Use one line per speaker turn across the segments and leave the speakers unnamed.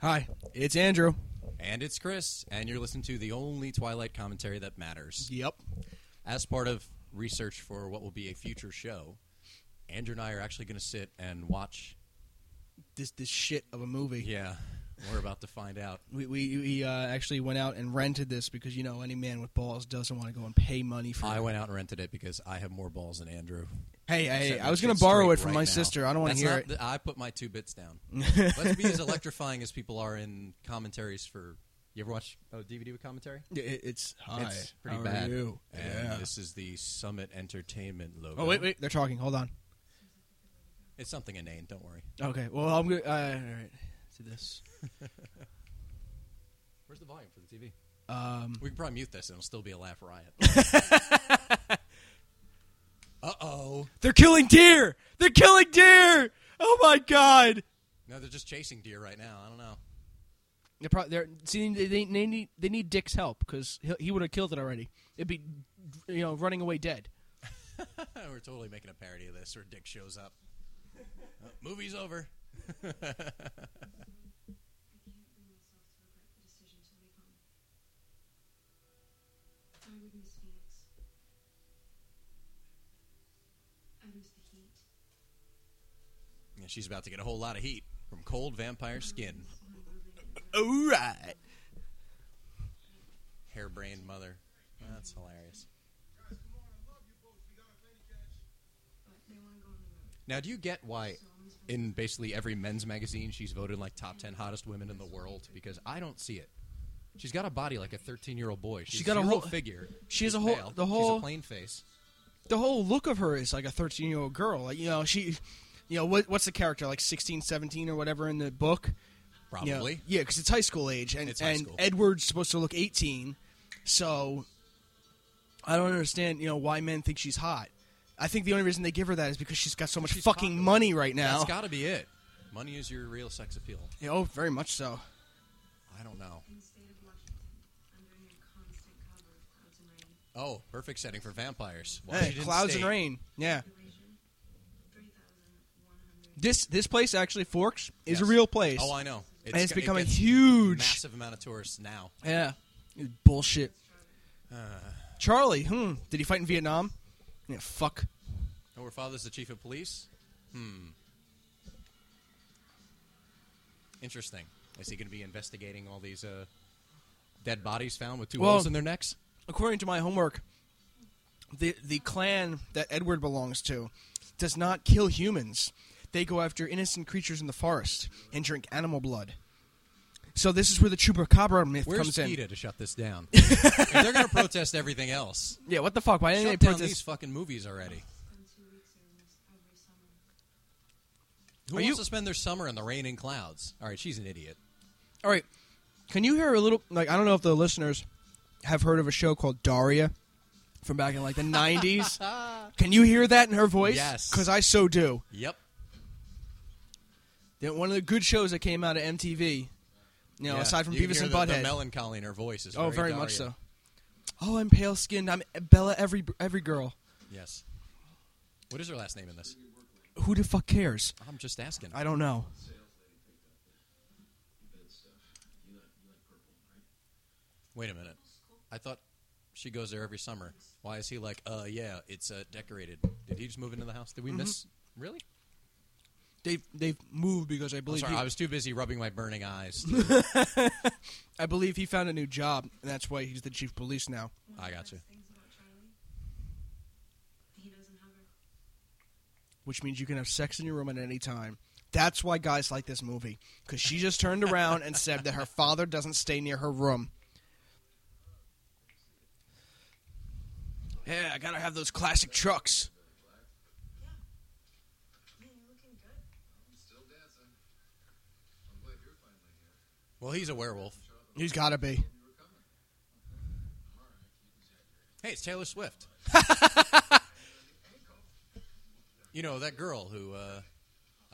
Hi, it's Andrew.
And it's Chris, and you're listening to the only Twilight commentary that matters.
Yep.
As part of research for what will be a future show, Andrew and I are actually going to sit and watch.
This this shit of a movie.
Yeah, we're about to find out.
We we, we uh, actually went out and rented this because you know any man with balls doesn't want to go and pay money for.
I
it.
went out and rented it because I have more balls than Andrew.
Hey, hey,
Set
I
my
was going
shit
to borrow
straight
it from
right
my
now.
sister. I don't want
That's
to hear
not
it.
the- I put my two bits down. Let's be as electrifying as people are in commentaries for. You ever watch oh, a DVD with commentary?
Yeah, it- it's hi.
It's pretty
how are
bad.
you?
And
Yeah.
this is the Summit Entertainment logo.
Oh wait, wait, they're talking. Hold on.
It's something inane. Don't worry.
Okay. Well, I'm going. Uh, all right. To this.
Where's the volume for the TV?
Um.
We can probably mute this and it'll still be a laugh riot. uh oh.
They're killing deer. They're killing deer. Oh my god.
No, they're just chasing deer right now. I don't know.
They're probably they're see they, they, they need they need Dick's help because he, he would have killed it already. It'd be you know running away dead.
We're totally making a parody of this where Dick shows up. Uh, movie's over.
I can't bring myself to regret the decision to leave home. I would miss Phoenix. I miss the heat.
And she's about to get a whole lot of heat from cold vampire skin.
One moving in the
All right.
Hairbrained mother. That's hilarious.
but they want to go on the road.
Now, do you get why
So I'm just
in basically every men's magazine she's voted like top 10 hottest women in the world? Because I don't see it. She's got a body like a 13 year old boy. She's,
got a
zero
whole-
figure.
she has
She's
a whole-
pale.
the
She's
whole-
a plain face.
The whole look of her is like a 13 year old girl. Like you know she, you know what what's the character like 16, 17 or whatever in the book. You know,
Probably.
yeah, because it's high school age, and
It's high
and
school.
Edward's supposed to look 18, so I don't understand you know why men think she's hot. I think the only reason they give her that is because she's got so much
She's
fucking
popular.
money right now.
That's got to be it. Money is your real sex appeal.
Yeah, oh, very much so.
I don't know.
in the state of Washington, under your constant cover of clouds and rain.
Oh, perfect setting for vampires.
Hey,
Washington
clouds
State.
and rain. Yeah.
Population, 3,100.
This this place actually Forks is a
Yes.
real place.
Oh, I know.
and it's
g- it
become a
gets
huge.
massive amount of tourists now.
Yeah. It's bullshit. Uh, Charlie, hmm, did he fight in Vietnam? Yeah, fuck.
Oh, her father's the chief of police. Hmm. Interesting. Is he going to be investigating all these uh, dead bodies found with two
Well-
holes in their necks?
According to my homework, the the clan that Edward belongs to does not kill humans. They go after innocent creatures in the forest and drink animal blood. So this is where the chupacabra myth
Where's
comes in.
PETA to shut this down? if they're going to protest everything else,
Yeah, what the fuck? Why didn't
shut
they
down
protest?
these fucking movies already.
Spend two weeks in this every summer.
Who
Are
wants
you-
to spend their summer in the rain and clouds? All right, she's an idiot.
All right. Can you hear a little? Like, I don't know if the listeners have heard of a show called Daria from back in like the 90s. Can you hear that in her voice?
Yes.
Because I so do.
Yep.
That- One of the good shows that came out of MTV, you know,
Yeah,
aside from
you can
Beavis
hear
and
the, the
Butthead.
melancholy in her voice is
oh, very
Daria.
much so. Oh, I'm pale skinned. I'm Bella every every girl.
Yes. What is her last name in this?
Who the fuck cares?
I'm just asking.
I don't know.
Wait a minute. I thought she goes there every summer. Why is he like, uh, yeah, it's uh, decorated? Did he just move into the house?
Mm-hmm.
Did we miss? Really?
They've they've moved because I
I'm
believe
sorry,
he,
I was too busy rubbing my burning eyes. to-
I believe he found a new job and that's why he's the chief of police now.
One
I
of the
gotcha.
best things about Charlie, he doesn't have her.
which means you can have sex in your room at any time. That's why guys like this movie because she just turned around and said that her father doesn't stay near her room. Yeah, I gotta have those classic trucks.
Yeah, you're looking good.
Still dancing. I'm glad you're finally here.
well, he's a werewolf.
He's gotta be.
Hey, it's Taylor Swift. you know that girl who? uh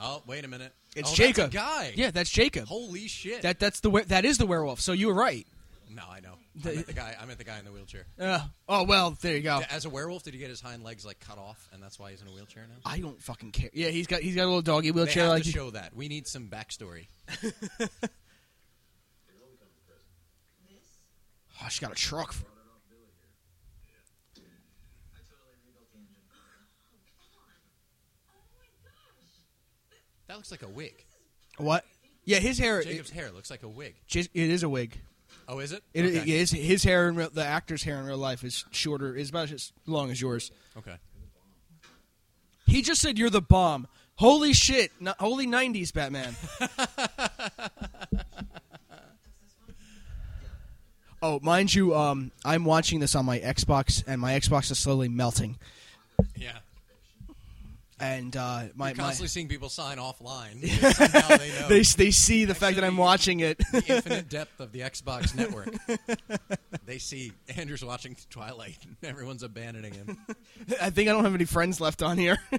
Oh, wait a minute.
It's
oh,
Jacob.
That's a guy.
Yeah, that's Jacob.
Holy shit.
That that's the wer- that is the werewolf. So you were right.
no, I know.
The-
I meant the guy. I meant the guy in the wheelchair.
Uh, oh well, there you go.
As a werewolf, did he get his hind legs like cut off, and that's why he's in a wheelchair now?
I don't fucking care. Yeah, he's got he's got a little doggy
They
wheelchair
have
like
to
you-
show that. We need some backstory.
Oh, she got a truck. For,
That looks like a wig.
what? Yeah, his hair. It,
Jacob's hair looks like a wig.
it is a wig.
Oh, is it?
It,
okay.
it is his hair in real, the actor's hair in real life is shorter, is about as long as yours.
Okay.
He just said you're the bomb. Holy shit! No, holy '90s Batman. oh, mind you, um, I'm watching this on my Xbox, and my Xbox is slowly melting.
Yeah.
And uh, my,
You're
my
constantly seeing people sign offline. because somehow they know
they they see the fact that I'm
Actually-
watching it.
the infinite depth of the Xbox network. they see Andrew's watching Twilight. and Everyone's abandoning him.
I think I don't have any friends left on here.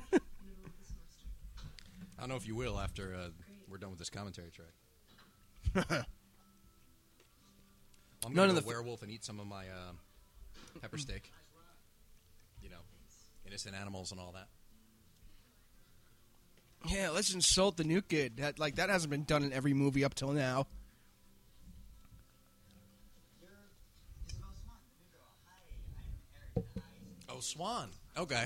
I don't know if you will after uh, we're done with this commentary track. I'm
None
going
of
to
the f-
werewolf and eat some of my uh, pepper steak. You know, innocent animals and all that.
yeah, let's insult the new kid. That, like that hasn't been done in every movie up till now.
Oh, Swan. Okay.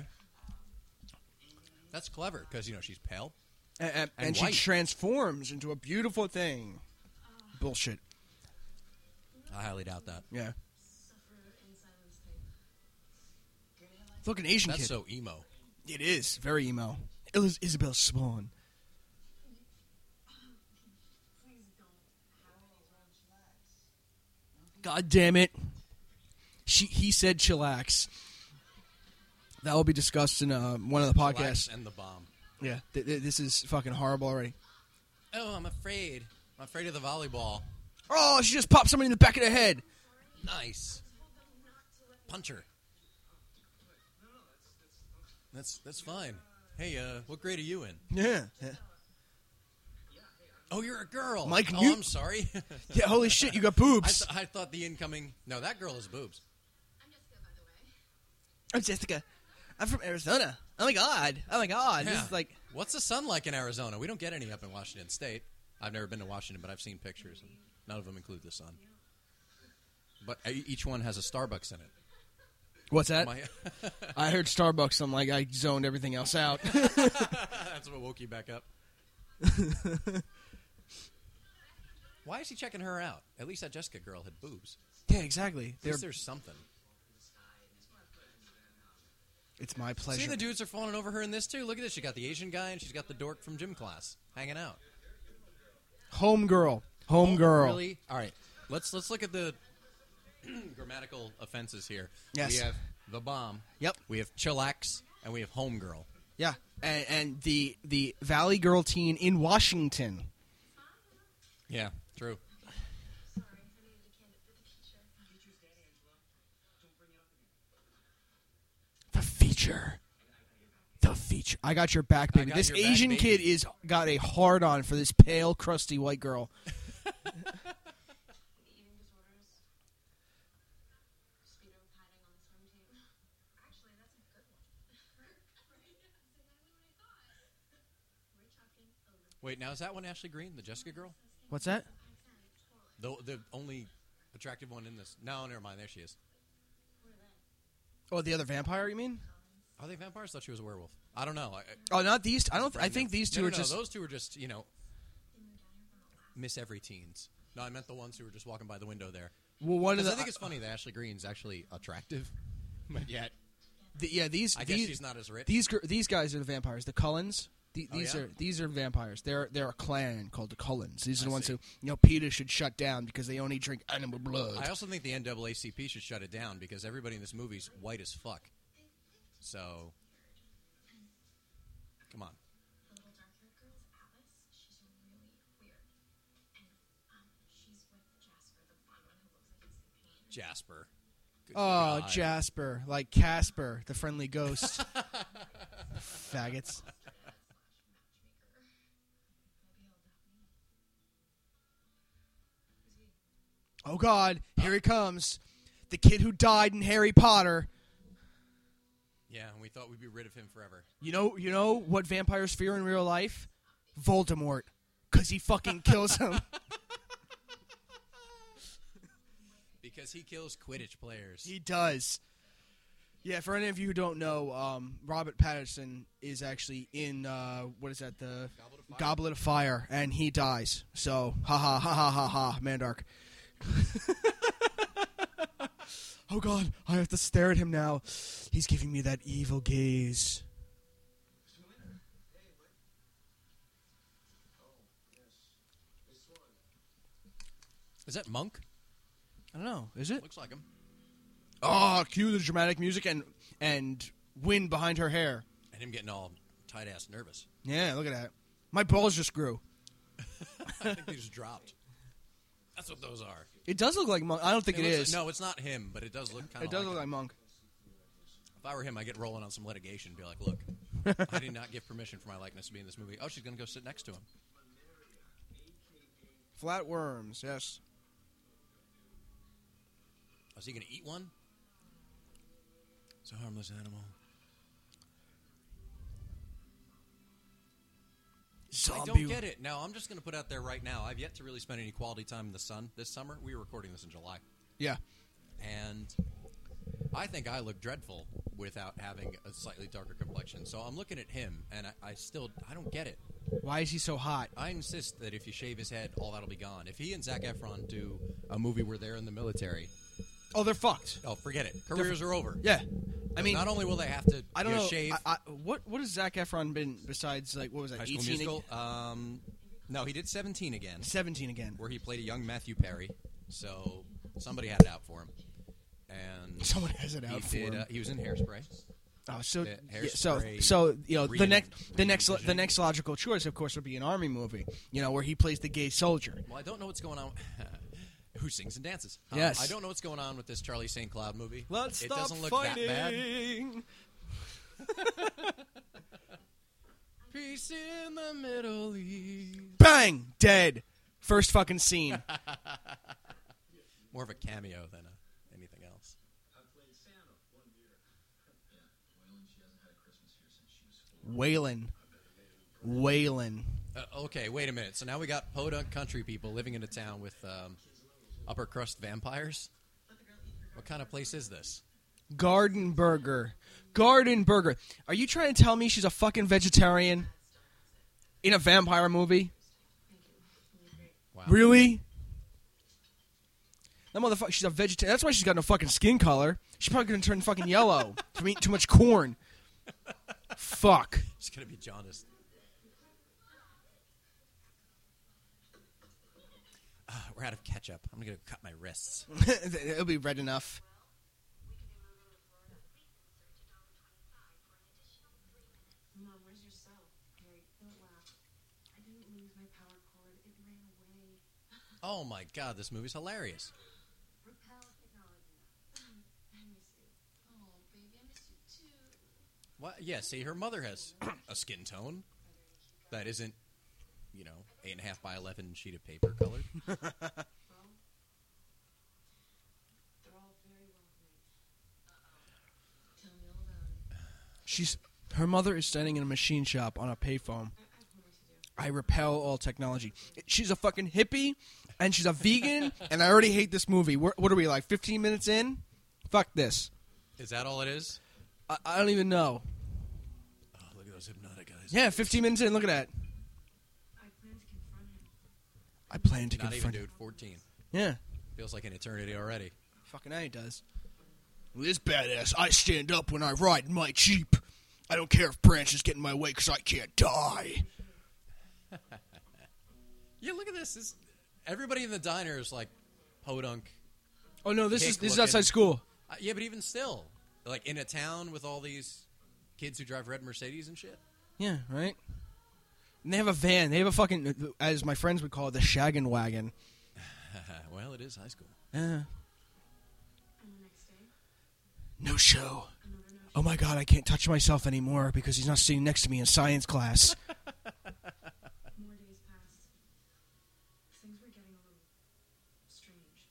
That's clever because, you know, she's pale.
and, and,
And
and she
white.
transforms into a beautiful thing. Bullshit.
I highly doubt that.
Yeah.
suffer in silence type.
Look, an Asian
That's
kid.
so emo.
it is very emo. It was Isabel Swan. God damn it! She he said chillax. That will be discussed in uh, one of the podcasts.
Blacks and the bomb.
Yeah, th- th- this is fucking horrible already.
Oh, I'm afraid. I'm afraid of the volleyball.
Oh, she just popped somebody in the back of the head.
Nice. Puncher. That's that's fine. Hey, uh, what grade are you in?
Yeah.
Oh, you're a girl.
Mike
oh,
Newt-
I'm sorry.
Yeah. Holy shit! You got
I,
boobs.
th- I thought the incoming. No, that girl has boobs.
I'm Jessica. I'm from Arizona. Oh my god. Oh my god.
Yeah.
This is like
What's the sun like in Arizona? We don't get any up in Washington State. I've never been to Washington, but I've seen pictures. And none of them include the sun. But e- each one has a Starbucks in it.
what's that?
My-
I heard Starbucks. I'm like I zoned everything else out.
That's what woke you back up. Why is he checking her out? At least that Jessica girl had boobs.
yeah, exactly.
At
They're,
least there's something.
it's my pleasure.
See, the dudes are falling over her in this too. Look at this. She got the Asian guy and she's got the dork from gym class hanging out.
Home girl. Home girl.
Really? All right. Let's let's look at the grammatical offenses here.
Yes.
We have the bomb.
Yep.
We have chillax and we have homegirl.
Yeah. And, and the the Valley Girl teen in Washington.
Yeah. True.
The feature. The feature. I got your back, baby.
got
This
your back,
Asian
baby.
kid is got a hard on for this pale, crusty white girl.
Eating disorders. Speedo padding on the swim team. Actually, that's a good one. right? Exactly what I thought. We're talking over.
Wait. Now is that one Ashley Green, the Jessica girl,
What's that?
the the only attractive one in this? No, never mind. There she is.
Oh, the other vampire? You mean?
Are they vampires? Thought she was a werewolf. I don't know. I, I-
Oh, not these. I don't. I think these two
No, no,
are
no,
just.
those two are just you know miss every teens. No, I meant the ones who were just walking by the window there.
Well, one of
'Cause
the, uh,
I think it's funny that Ashley Green's actually attractive, but yet
the- yeah these
I guess
these
she's not as rich.
these gr- these guys are the vampires. The Cullens. The,
Oh,
these
yeah?
are these are vampires. They're they're a clan called the Cullens. These are the
I
ones
see.
who you know Peter should shut down because they only drink animal blood.
I also think the NAACP should shut it down because everybody in this movie's white as fuck. So, come on.
The little dark-haired girl's Alice. She's really weird. And um, she's with Jasper, the blonde one who looks like he's in pain.
Jasper. Good
oh,
God.
Jasper, like Casper, the friendly ghost. Faggots. Oh God! Here he comes, the kid who died in Harry Potter.
Yeah, and we thought we'd be rid of him forever.
You know, you know what vampires fear in real life? Voldemort, because he fucking kills him.
because he kills Quidditch players.
He does. Yeah, for any of you who don't know, um, Robert Patterson is actually in uh, what is that the
Goblet of Fire.
Goblet of Fire, and he dies. So ha ha ha ha ha ha, Mandark. oh God, I have to stare at him now. He's giving me that evil gaze.
Is that Monk?
I don't know. Is it?
Looks like him.
Oh, cue the dramatic music and and wind behind her hair.
And him getting all tight ass nervous.
Yeah, look at that. My balls just grew.
I think they just dropped. That's what those are.
It does look like monk. I don't think it
looks
is.
like- no, it's not him, but it does look kind of.
it does look like monk.
If I were him, I'd get rolling on some litigation. and Be like, look, I did not give permission for my likeness to be in this movie. Oh, she's gonna go sit next to him.
Flatworms, yes.
Is he gonna eat one? It's a harmless animal.
Zombie.
I don't get it. Now I'm just gonna put out there right now. I've yet to really spend any quality time in the sun this summer. We were recording this in July.
Yeah.
and I think I look dreadful without having a slightly darker complexion. So I'm looking at him, and I, I still I don't get it.
Why is he so hot?
I insist that if you shave his head, all that'll be gone. If he and Zach Efron do a movie where they're in the military,
Oh, they're fucked.
oh, forget it. Careers are over.
Yeah. I mean,
not only will they have to,
I don't
you
know.
shave
I, I, what what has Zach Efron been besides like what was that?
High School
18
Musical. Um, no, he did 17 again,
Seventeen again.
where he played a young Matthew Perry. So somebody had it out for him, and
Someone has it
he
out for
did.
him.
Uh, he was in Hairspray.
oh, so
the
yeah, so
hairspray
so you know the
reading-
next the
reading
next the
vision.
next logical choice, of course, would be an army movie. You know, where he plays the gay soldier.
Well, I don't know what's going on. Who sings and dances? Um,
Yes.
I don't know what's going on with this Charlie St. Cloud movie. it doesn't look that bad. Peace in the Middle East.
Bang! Dead. First fucking scene.
More of a cameo than a, anything else.
Waylon. Waylon.
Uh, okay, wait a minute. So now we got podunk country people living in a town with um, upper crust vampires. What kind of place is this?
Garden burger. Garden burger. Are you trying to tell me she's a fucking vegetarian in a vampire movie?
Wow.
Really? That motherfucker, she's a vegetarian. That's why she's got no fucking skin color. She's probably gonna turn fucking yellow from eating too much corn. Fuck.
It's gonna be jaundiced. Ah, we're out of ketchup. I'm gonna go cut my wrists.
It'll be red enough.
Mom, where's your cell? Mary, don't laugh. I didn't lose my power cord. It ran away.
Oh my god, this movie's hilarious.
Repel technology. I miss you. Oh, baby, I miss you too.
What? Yeah, see, her mother has a skin tone that isn't, you know, eight and a half by eleven sheet of paper colored.
They're all very well made. Uh-oh. Tell me all about it.
She's her mother is standing in a machine shop on a payphone.
I, I have more to do.
I repel all technology. She's a fucking hippie, and she's a vegan, and I already hate this movie. We're, what are we like? Fifteen minutes in? Fuck this.
Is that all it is?
I, I don't even know.
Oh, look at those hypnotic eyes.
Yeah, fifteen minutes in. Look at that.
I plan to confront him.
I plan to
Not even,
confront.
dude. Fourteen
Yeah,
feels like an eternity already.
fucking I does. This badass. I stand up when I ride my jeep. I don't care if branches get in my way because I can't die.
Yeah, look at this. It's, everybody in the diner is like podunk.
Oh no, this is
Hick
this is
looking.
outside school.
Uh, yeah, but even still, like in a town with all these kids who drive red Mercedes and shit.
Yeah, right. And they have a van. They have a fucking, as my friends would call it, the shaggin' wagon.
well, it is high school.
Yeah.
And the next day,
No show. Oh my god, I can't touch myself anymore because he's not sitting next to me in science class.
more days passed. Things were getting a little strange.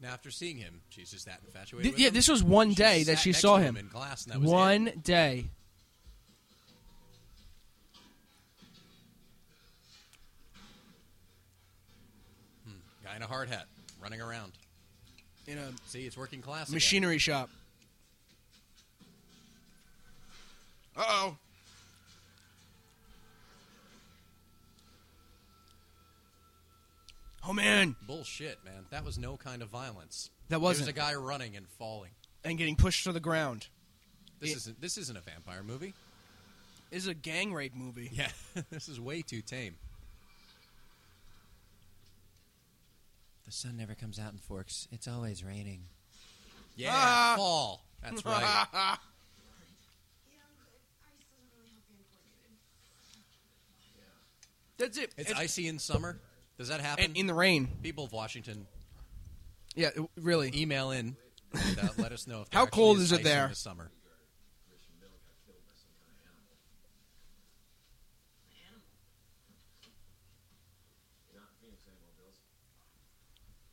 Now, after seeing him, she's just that infatuated.
Th-
with
yeah,
him.
this was one
She
day that
sat
she
next
saw
to
him.
in class. And that was it.
One day.
Guy in a hard hat running around.
in a
See, it's working class. again.
machinery shop. Uh oh. Oh man,
Bullshit, man. That was no kind of violence.
That
It was
wasn't.
a guy running and falling.
and getting pushed to the ground.
This
It-
is isn't. This isn't a vampire movie.
This is a gang rape movie.
Yeah, this is way too tame. The sun never comes out in forks. It's always raining. Yeah,
Ah!
fall. That's right.
Yeah, but ice doesn't really help you coordinated.
That's it.
It's, icy in summer. Does that happen?
and in the rain.
People of Washington,
Yeah, it- really.
email in. And, uh, let us know if there
How
actually
cold is it
ice in
there?
the summer.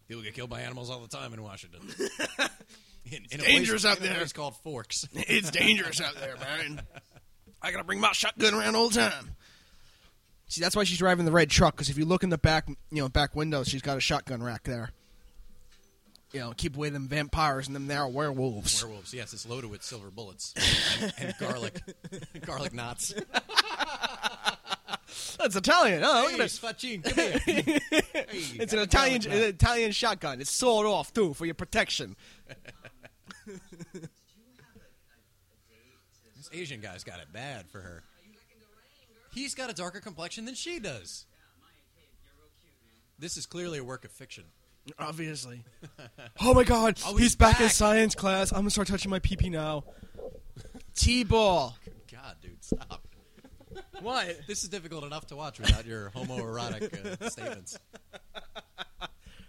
People get killed by animals all the time in Washington. in, in a
dangerous
place,
out
in a
there.
place called Forks.
it's dangerous out there, man. I gotta bring my shotgun around all the time. See, that's why she's driving the red truck. Because if you look in the back, you know, back window, she's got a shotgun rack there. You know, keep away them vampires and them there werewolves.
Werewolves. Yes, it's loaded with silver bullets and, and garlic, garlic knots.
That's Italian. Oh, look
Hey,
at this.
Sfacin, come here. Hey,
It's an
got a
Italian,
garlic
an
knot.
Italian shotgun. It's sawed off too for your protection.
This Asian guy's got it bad for her. He's got a darker complexion than she does. This is clearly a work of fiction.
Obviously. oh my God,
Oh,
he's,
he's
back, in
back.
science class. I'm gonna start touching my pee pee now. T-ball.
God, dude, stop.
What?
This is difficult enough to watch without your homoerotic uh, statements.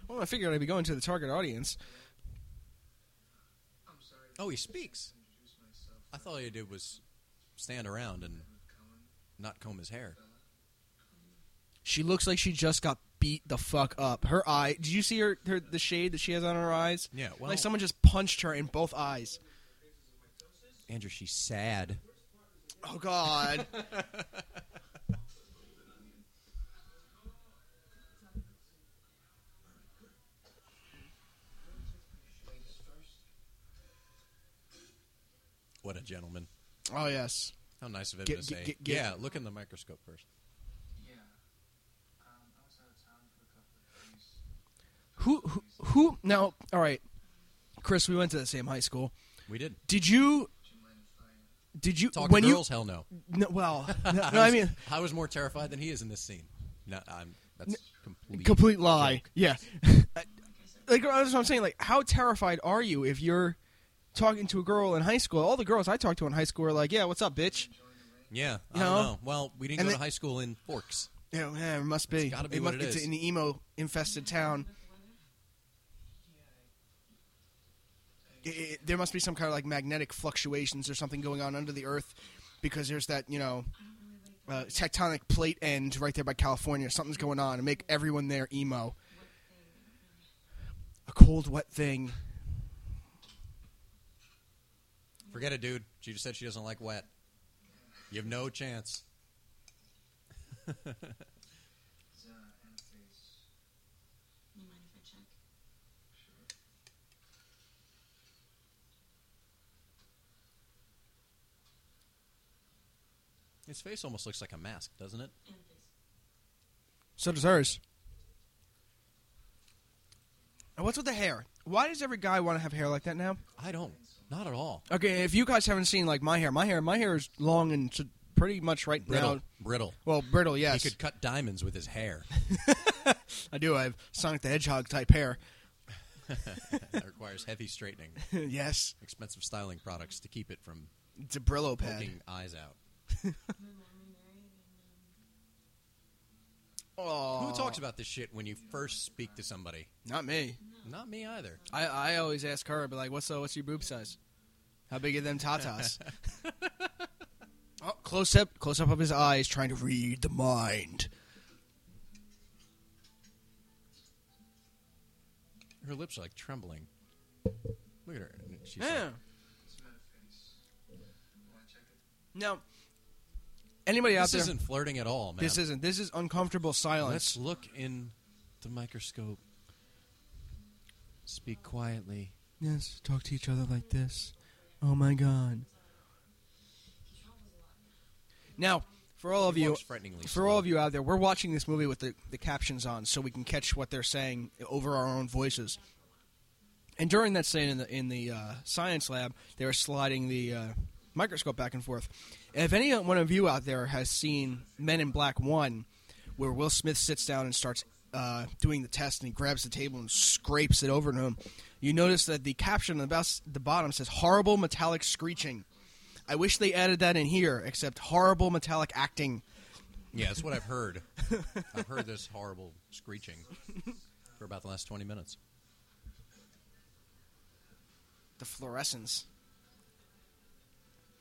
Well, I figured I'd be going to the target audience.
I'm sorry to
Oh, he speaks.
introduce myself.
I thought all you did was stand around and
Cohen.
not comb his hair.
She looks like she just got beat the fuck up. Her eye. Did you see her, her the shade that she has on her eyes?
Yeah, well-
like someone just punched her in both eyes.
Andrew, she's sad.
Oh god.
Ladies first.
What a gentleman.
oh yes.
How nice of him
Get-
to
get-
say.
get- get-
Yeah, look in the microscope first.
Yeah. Um, I was out of town for a couple of days.
Who who, who now? All right, Chris. We went to the same high school.
We did.
Did you?
Do you mind if I
Did you?
Talk
when
to
you?
girls, hell no.
No, well, no, no,
was,
I mean,
I was more terrified than he is in this scene. No, I'm. That's complete.
complete lie. Yeah. Uh, like that's what I'm saying. Like, how terrified are you if you're talking to a girl in high school? All the girls I talked to in high school are like, "Yeah, what's up, bitch?"
Yeah, I
You
don't
know?
know. Well, we didn't
And
go
the-
to high school in Forks.
Yeah, yeah, it must be.
It's gotta be
it
what
must,
it
It's
is.
an emo infested town. I- I- there must be some kind of like magnetic fluctuations or something going on under the earth because there's that you know uh, tectonic plate end right there by California. Something's going on and make everyone there emo. A cold, wet thing.
Forget it, dude. She just said she doesn't like wet. You have no chance.
It's uh, Anthony's.
You mind if I check?
Sure.
His face almost looks like a mask, doesn't it?
And this.
So does hers. And what's with the hair? Why does every guy want to have hair like that now?
I don't. Not at all.
Okay, if you guys haven't seen like my hair, my hair, my hair is long and s- pretty much right
Brittle.
now.
Brittle.
Well, brittle,
He
yes.
could cut diamonds with his hair.
I do. I have Sonic the Hedgehog type hair.
that requires heavy straightening,
yes,
expensive styling products to keep it from
it's a Brillo pad.
poking eyes out.
My mom remarried and um,
Oh,
Who talks about this shit when you first speak to somebody?
Not me.
Not me either.
I, I always ask her, but like, what's uh, what's your boob size? How big are them tatas? oh, close up, close up of his eyes, trying to read the mind.
Her lips are like trembling. Look at her. She's
Yeah.
like,
It's not a face. Want to check it?
Now, anybody out
this
there?
isn't flirting at all, man.
this isn't. This is uncomfortable silence.
Let's look in the microscope. Speak quietly.
Yes, talk to each other like this. Oh my god. Now, for all of
He
you
walks frighteningly
for all
slow.
of you out there, we're watching this movie with the, the captions on so we can catch what they're saying over our own voices. And during that scene in the in the uh, science lab, they were sliding the uh, microscope back and forth. And if any one of you out there has seen Men in Black One, where Will Smith sits down and starts uh, doing the test, and he grabs the table and scrapes it over to him, you notice that the caption on the, bas- the bottom says "horrible metallic screeching." I wish they added that in here, except horrible metallic acting.
Yeah, that's what I've heard. I've heard this horrible screeching for about the last 20 minutes.
The fluorescence.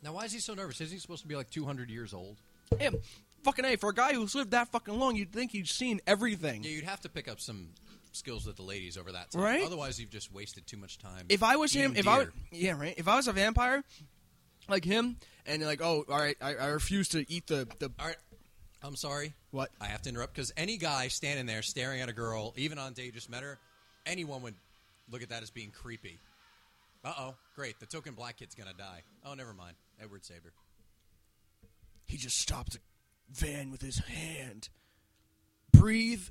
Now, why is he so nervous? Isn't he supposed to be like 200 years old?
Him, fucking a. For a guy who's lived that fucking long, you'd think he'd seen everything.
Yeah, you'd have to pick up some skills with the ladies over that time.
Right?
Otherwise, you've just wasted too much time.
if I was him,
eating
if I
deer.
yeah, right. If I was a vampire, like him, and like, oh, all right, I, I refuse to eat the the
All right. I'm sorry.
What?
I have to interrupt because any guy standing there staring at a girl, even on day just met her, anyone would look at that as being creepy. Uh oh. Great. The token black kid's going to die. Oh, never mind. Edward saved her.
He just stopped the van with his hand. Breathe,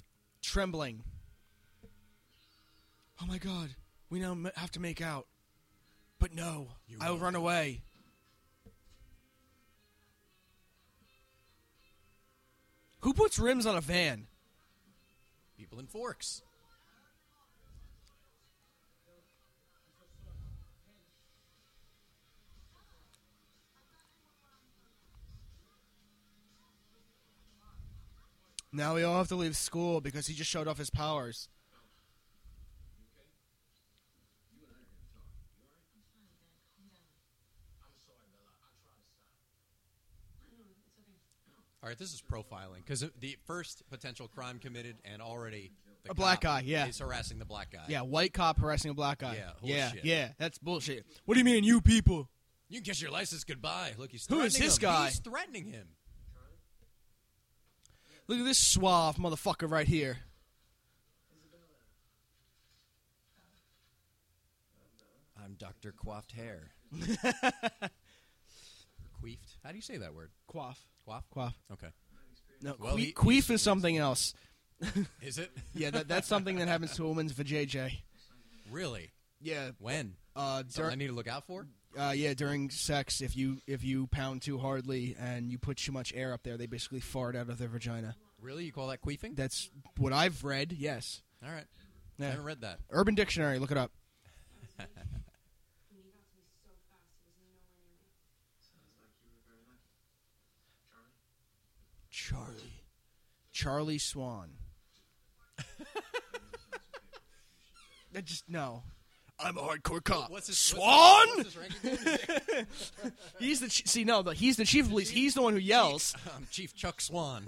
trembling. Oh my god, we now m- have to make out. But no,
You
I'll
won't.
run away. Who puts rims on a van?
People in forks.
Now we all have to leave school because he just showed off his powers.
All right, this is profiling because the first potential crime committed and already the
A black
cop
guy, yeah.
is harassing the black guy.
Yeah, white cop harassing a black guy.
Yeah,
yeah,
horseshit.
yeah, that's bullshit. What do you mean, you people?
you can kiss your license goodbye. Look, he's
Who is
threatening
this
him.
guy?
He's threatening him.
Look at this suave motherfucker right here.
I'm Doctor Coiffed Hair. Queefed? How do you say that word?
Quaff.
Quaff?
Quaff.
Okay.
No,
Well,
que-
he-
queef is something else.
Is it
Yeah, that, that's something that happens to a woman's vajayjay.
really?
Yeah,
When?
uh,
Something I
dur-
need to look out for?
uh, yeah, during sex, if you if you pound too hardly and you put too much air up there, they basically fart out of their vagina.
Really? You call that queefing?
That's what I've read. Yes,
All right. I
Yeah.
haven't read that.
Urban Dictionary, look it up.
And he got to me so fast, it was nowhere near me.
Sounds like you were very lucky. Charlie?
Charlie, Charlie Swan. that just no. I'm a hardcore cop.
What's his
Swan?
What's his, what's his ranking?
he's the ch- see no, the, he's the chief of police. He's the one who yells.
I'm Chief Chuck Swan.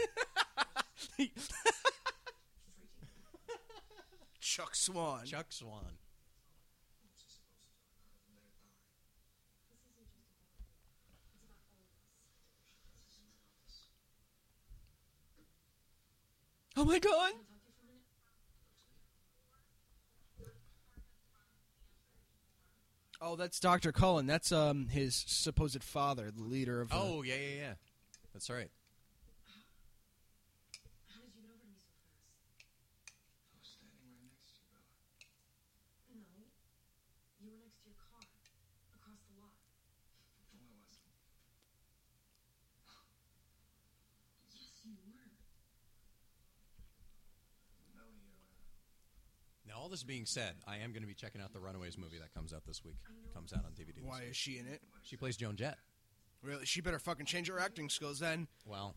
Chuck Swan.
Chuck Swan.
Oh my god. Oh, that's Dr. Cullen. That's um his supposed father, the leader of. uh,
Oh yeah, yeah, yeah. That's right.
How did you get over to me so fast?
I was standing right next to you, Bella.
No. You were next to your car, across the lot.
No, I wasn't.
Yes, you were.
No, you, uh,
Now all this being said, I am going to be checking out the Runaways movie that comes out this week. Comes out on DVD. this
Why
week.
is she in it?
She plays Joan Jett.
Really? She better fucking change her acting skills then.
Well,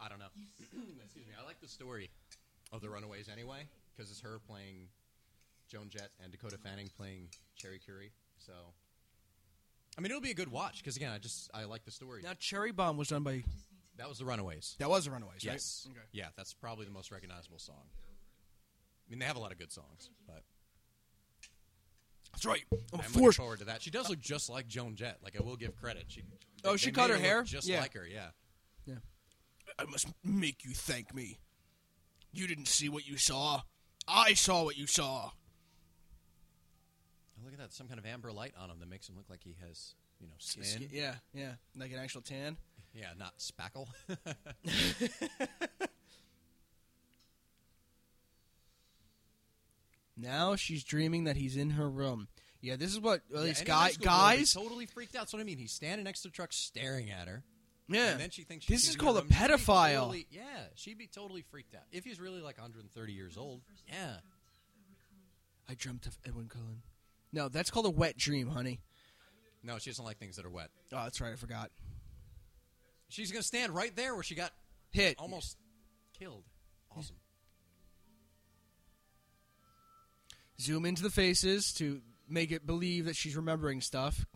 I don't know. Excuse me. I like the story of the Runaways anyway because it's her playing Joan Jett and Dakota Fanning playing Cherry Curie. So, I mean, it'll be a good watch because again, I just I like the story.
Now, Cherry Bomb was done by.
that was the Runaways.
That was a Runaways, right?
Yes.
Okay.
Yeah, that's probably the most recognizable song. I mean, they have a lot of good songs, but
That's right. I'm
I'm
a
looking
force.
forward to that. She does look just like Joan Jett. Like I will give credit. She
Oh,
they-
she
they
cut
made
her hair?
look just
Yeah.
like her. Yeah.
I must make you thank me. You didn't see what you saw. I saw what you saw.
think that's some kind of amber light on him that makes him look like he has, you know, skin.
Yeah, yeah, like an actual tan.
Yeah, not spackle.
Now she's dreaming that he's in her room. Yeah, this is what at
Yeah,
least
any
guy,
high school girl would be
guys.
totally freaked out. That's what I mean. He's standing next to the truck, staring at her.
yeah,
And then she thinks
This
she's
is
in her
called a
room. She'd be
pedophile.
totally- yeah, she'd be totally freaked out if he's really like 130 years old. Yeah,
I dreamt of Edwin Cullen. No, that's called a wet dream, honey.
no, she doesn't like things that are wet.
Oh, that's right, I forgot.
She's gonna stand right there where she got
Hit
almost killed. Awesome.
Zoom into the faces to make it believe that she's remembering stuff.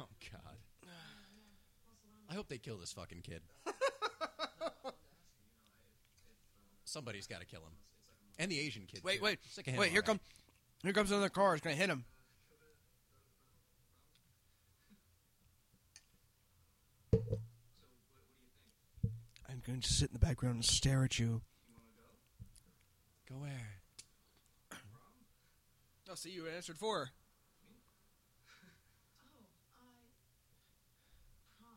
Oh God. I hope they kill this fucking kid. Somebody's got to kill him, and the Asian kid.
Wait,
too.
wait,
Sick of him
wait! Here
already.
come, here comes another car. It's gonna hit him. I'm going to sit in the background and stare at you.
Go where?
Oh, see, you answered for her.
Oh, uh, prom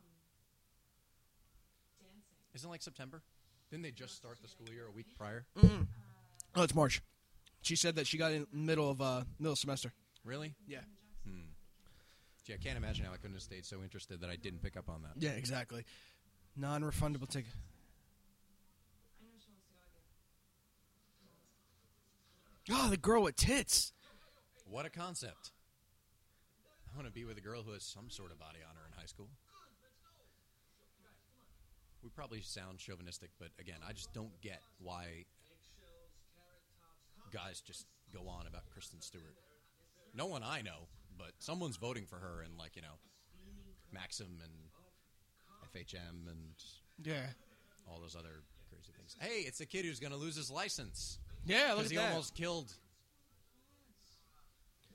dancing.
Isn't it like September? Didn't they just start the school year a week prior?
Oh, it's March. She said that she got in middle of uh middle semester.
Really? Hmm.
Yeah.
Gee, I can't imagine how I couldn't have stayed so interested that I didn't pick up on that.
Yeah, exactly. Non-refundable ticket.
I know she wants to go again.
Oh, the girl with tits.
What a concept. I want to be with a girl who has some sort of body honor in high school. We probably sound chauvinistic, but again, I just don't get why guys just go on about Kristen Stewart. No one I know, but someone's voting for her in, like, you know, Maxim and FHM and
Yeah.
all those other crazy things. Hey, it's a kid who's going to lose his license.
Yeah, look
Because
at
he
that.
almost killed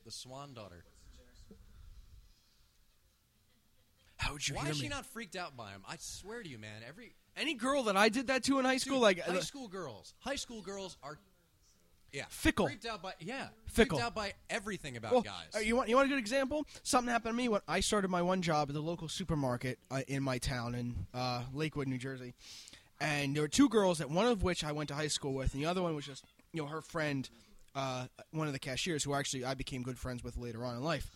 the swan daughter.
How would you
Why
hear
is
me?
she not freaked out by him? I swear to you, man. Every
Any girl that I did that to in high school,
Dude,
like
high
uh,
school girls, high school girls are yeah
Fickle.
Freaked out by yeah,
Fickle.
Freaked out by everything about
Well,
guys.
uh, you want you want a good example? Something happened to me when I started my one job at the local supermarket uh, in my town in uh, Lakewood, New Jersey. And there were two girls, that one of which I went to high school with, and the other one was just you know her friend, uh, one of the cashiers who actually I became good friends with later on in life.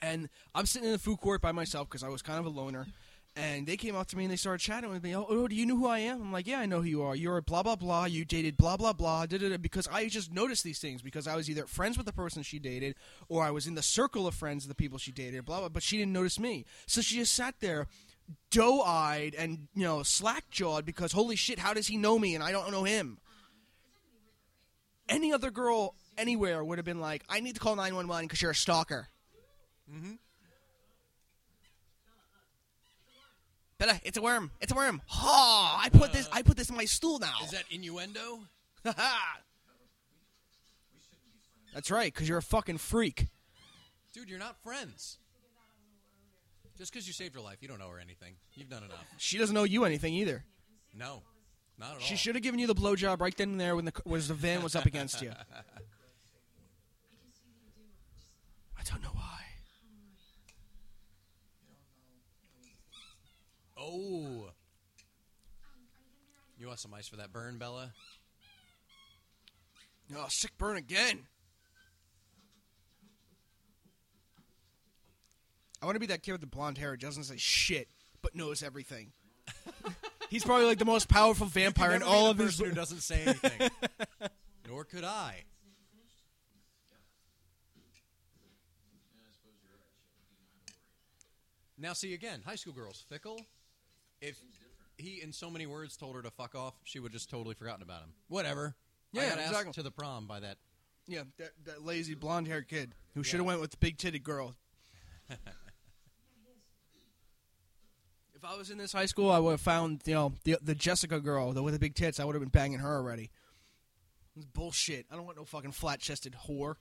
And I'm sitting in the food court by myself because I was kind of a loner. And they came up to me and they started chatting with me. Oh, oh, do you know who I am? I'm like, yeah, I know who you are. You're blah blah blah. You dated blah blah blah. Da, da, da, because I just noticed these things because I was either friends with the person she dated or I was in the circle of friends of the people she dated. Blah blah. But she didn't notice me, so she just sat there, doe eyed and you know slack jawed because holy shit, how does he know me and I don't know him? Any other girl anywhere would have been like, I need to call nine one one because you're a stalker. Bella, it's a worm. It's a worm. Ha! I put this. I put this in my stool now.
is that innuendo?
That's right, because you're a fucking freak.
Dude, you're not friends. Just because you saved her life, you don't owe her anything. You've done enough.
She doesn't owe you anything either.
No, not at all.
She should have given you the blowjob right then and there when the was the van was up against you. I don't know why.
Oh,
Um,
you want some ice for that burn, Bella?
Oh, sick burn again. I want to be that kid with the blonde hair who doesn't say shit but knows everything. He's probably like the most powerful vampire in
Never be
all
the
of his.
person who doesn't say anything. Nor could I. Now, see again, high school girls fickle. If he, in so many words, told her to fuck off, she would just totally forgotten about him. Whatever. I
Yeah,
got asked
exactly.
to the prom by that.
Yeah, that, that lazy blonde haired kid who should
Yeah.
have went with the big titted girl. if I was in this high school, I would have found you know the the Jessica girl the, with the big tits. I would have been banging her already. It's bullshit. I don't want no fucking flat chested whore.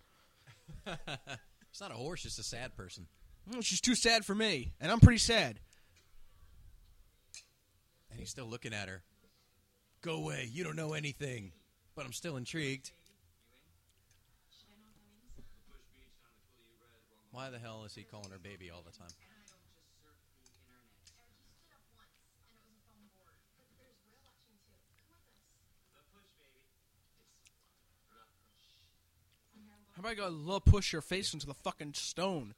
It's not a horse; it's a sad person.
Mm, She's too sad for me, and I'm pretty sad.
And he's still looking at her. Go away. You don't know anything. But I'm still intrigued. Why the hell is he calling her baby all the time?
How about I go little push your face into the fucking stone?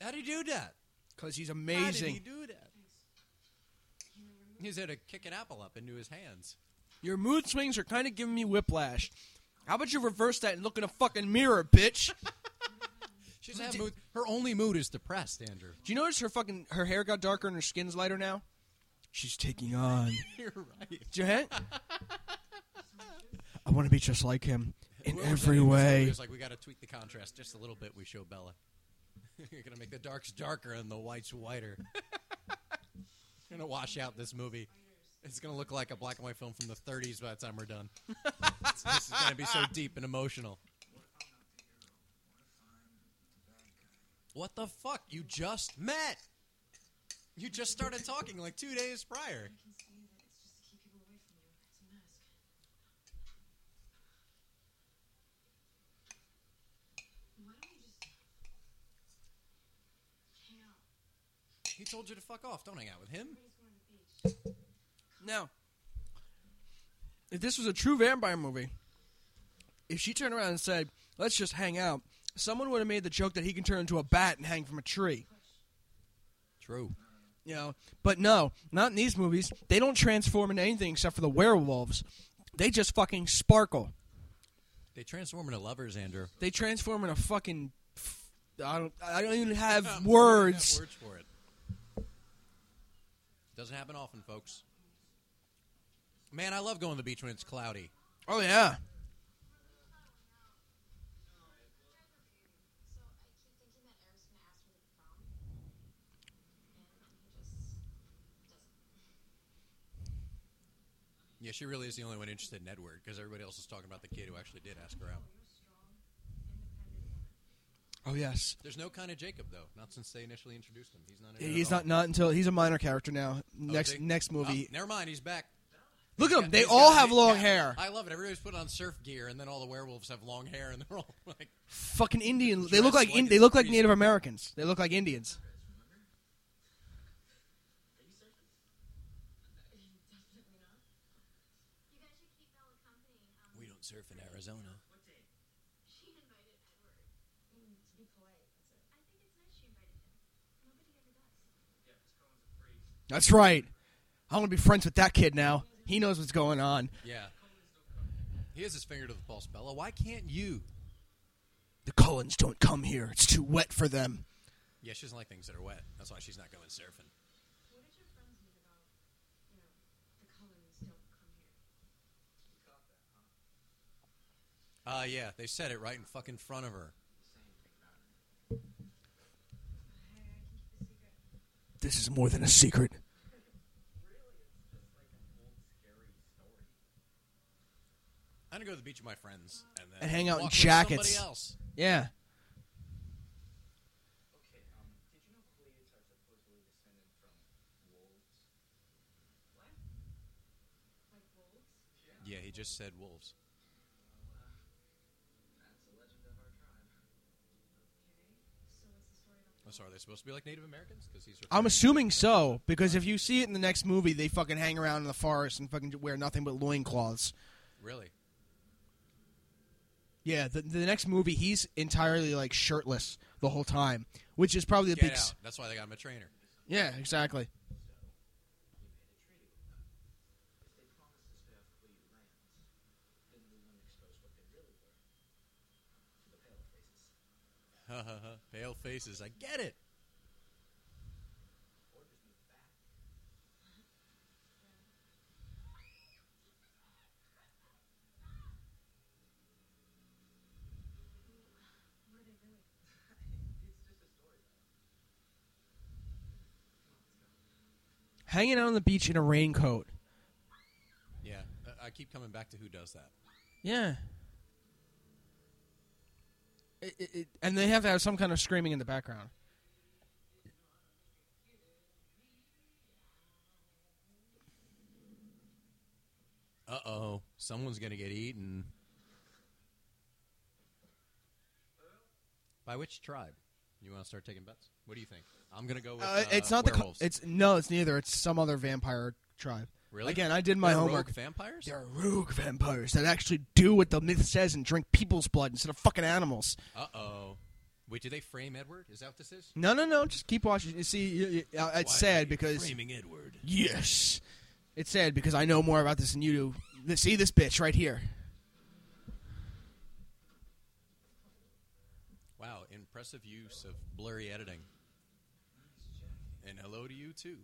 How do you do that?
Because he's
How did he
amazing.
do that? He's had to kick an apple up into his hands.
Your mood swings are kind of giving me whiplash. How about you reverse that and look in a fucking mirror, bitch?
She's had mood. Her only mood is depressed, Andrew.
Do you notice her fucking her hair got darker and her skin's lighter now? She's taking on.
You're right.
Jahan? I want to be just like him in
Will
every
said in this
way.
interview, It's like we got to tweak the contrast just a little bit. We show Bella. You're gonna make the darks darker and the whites whiter. You're gonna wash out this movie. It's gonna look like a black and white film from the 30s by the time we're done. It's- this is gonna be so deep and emotional. What the fuck? You just met. You just started talking like two days prior.
I can see that it's just to keep people away from you. It's a mask. Why don't you just hang out?
He told you to fuck off. Don't hang out with him.
Everybody's going to the beach.
Now, if this was a true vampire movie, if she turned around and said, "Let's just hang out," someone would have made the joke that he can turn into a bat and hang from a tree.
True.
You know, but no, not in these movies. They don't transform into anything except for the werewolves. They just fucking sparkle.
They transform into lovers, Andrew.
They transform into fucking. I don't. I don't even
Yeah,
have
we
words.
have words for it. Doesn't happen often, folks. Man, I love going to the beach when it's cloudy.
Oh yeah.
So I keep thinking that Eric's going to ask her to the prom. And he just doesn't.
Yeah, she really is the only one interested in Edward because everybody else is talking about the kid who actually did ask her out.
Oh yes.
There's no kind of Jacob though, not since they initially introduced him. He's not. in it
He's
at all.
not not until he's a minor character now.
Oh,
Next
is he?
next movie.
Oh, never mind, he's back.
Look at them. They
He's
all
got-
have
he's
long
got-
hair.
I love it. Everybody's put on surf gear, and then all the werewolves have long hair, and they're all like,
fucking Indian. They
Dressed
look like
like
in,
a
they look like
priest.
Native Americans. They look like Indians.
Definitely not. You guys should keep Bella company. Um,
"We don't surf in Arizona."
She invited Edward. Mm, to be polite, that's it. I think it's nice she invited him. Nobody ever does.
That's right. I'm gonna be friends with that kid now. He knows what's going on.
Yeah, he has his finger to the pulse, Bella. Why can't you?
The Cullens don't come here. It's too wet for them.
Yeah, she doesn't like things that are wet. That's why she's not going surfing.
What did your friends think about, you know, the colors don't come
Uh,
here?
yeah, they said it right in fucking front of her.
Hey, I can keep a secret.
This is more than a secret.
I'm gonna go to the beach with my friends and then
And hang out in
walk with
jackets.
Somebody else.
Yeah.
Okay, um, did you know Pleiades are supposedly descended from wolves?
Like wolves?
Yeah, he just said wolves.
That's the legend of our tribe.
Okay. So what's the story about
Oh,
the
so are they supposed to be like Native Americans? Because he's. referring
I'm
to-
assuming so because if you see it in the next movie, they fucking hang around in the forest and fucking wear nothing but loincloths.
Really?
Yeah, the, the next movie he's entirely like shirtless the whole time, which is probably the
Get
big.
out.
s-
That's why they got him a trainer.
Yeah, exactly.
If they promise to stay off Pleiad lands, then we wouldn't expose what they really were. The pale faces.
Ha ha ha. Pale faces. I get it.
Or just move back.
What are they really?
It's just a story, though.
Hanging out on the beach in a raincoat.
Yeah, I- I keep coming back to who does that.
Yeah. It, it, it, and they have to have some kind of screaming in the background.
uh oh, someone's gonna get eaten. By which tribe? You want to start taking bets? What do you think? I'm gonna go with.
Uh,
Uh,
it's not the. co-
werewolves.
It's no, it's neither. It's some other vampire tribe.
really
Again, I did my
They're rogue
homework.
vampires.
There are rogue vampires that actually do what the myth says and drink people's blood instead of fucking animals.
Uh oh. Wait, do they frame Edward? Is that what this is?
No, no, no. Just keep watching. You see, you, you, uh, it's
Why are you
sad because
framing Edward.
yes, it's sad because I know more about this than you do. Th- See this bitch right here.
Wow, impressive use of blurry editing. And hello to you too.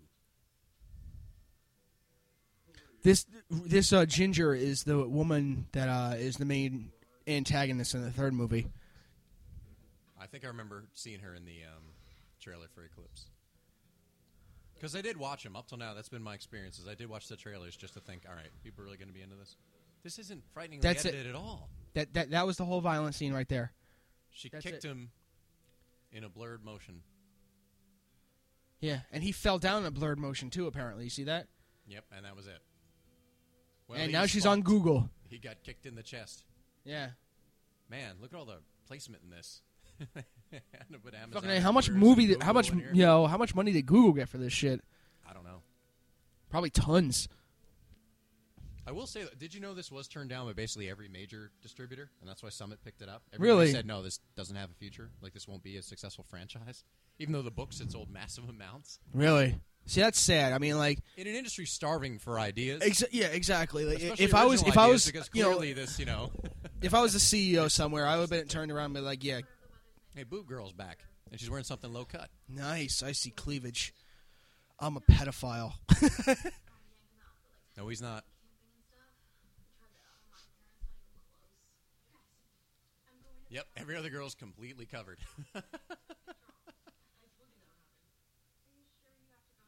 This this uh, ginger is the woman that uh, is the main antagonist in the third movie.
I think I remember seeing her in the um, trailer for Eclipse. Because I did watch them up till now. That's been my experience. Is I did watch the trailers just to think, all right, people are really going to be into this. This isn't frighteningly
That's it.
edited at all.
That that that was the whole violent scene right there.
She
That's
kicked
it.
him in a blurred motion.
Yeah, and he fell down in a blurred motion too. Apparently, you see that.
Yep, and that was it. Well,
and
he
now
was
she's on
fucked.
Google.
He got kicked in the chest.
Yeah.
Man, look at all the placement in this. But Amazon
Fucking, A, how much
orders
movie?
and
Did, how much?
Google in here.
You know, how much money did Google get for this shit?
I don't know.
Probably tons.
I will say, that- did you know this was turned down by basically every major distributor, and that's why Summit picked it up. Everybody
Really?
said no, this doesn't have a future. Like this won't be a successful franchise, even though the book had sold massive amounts
Really? See, that's sad. I mean, like,
in an industry starving for ideas.
ex- yeah, exactly. Like,
especially
if I was,
original
if I
ideas,
was,
because
you know,
clearly this, you know,
if I was the CEO somewhere, I would have been turned around and be like, yeah,
hey, Boob Girl's back, and she's wearing something low cut.
nice. I see cleavage. I'm a pedophile.
No, he's not. Yep, every other girl's completely covered.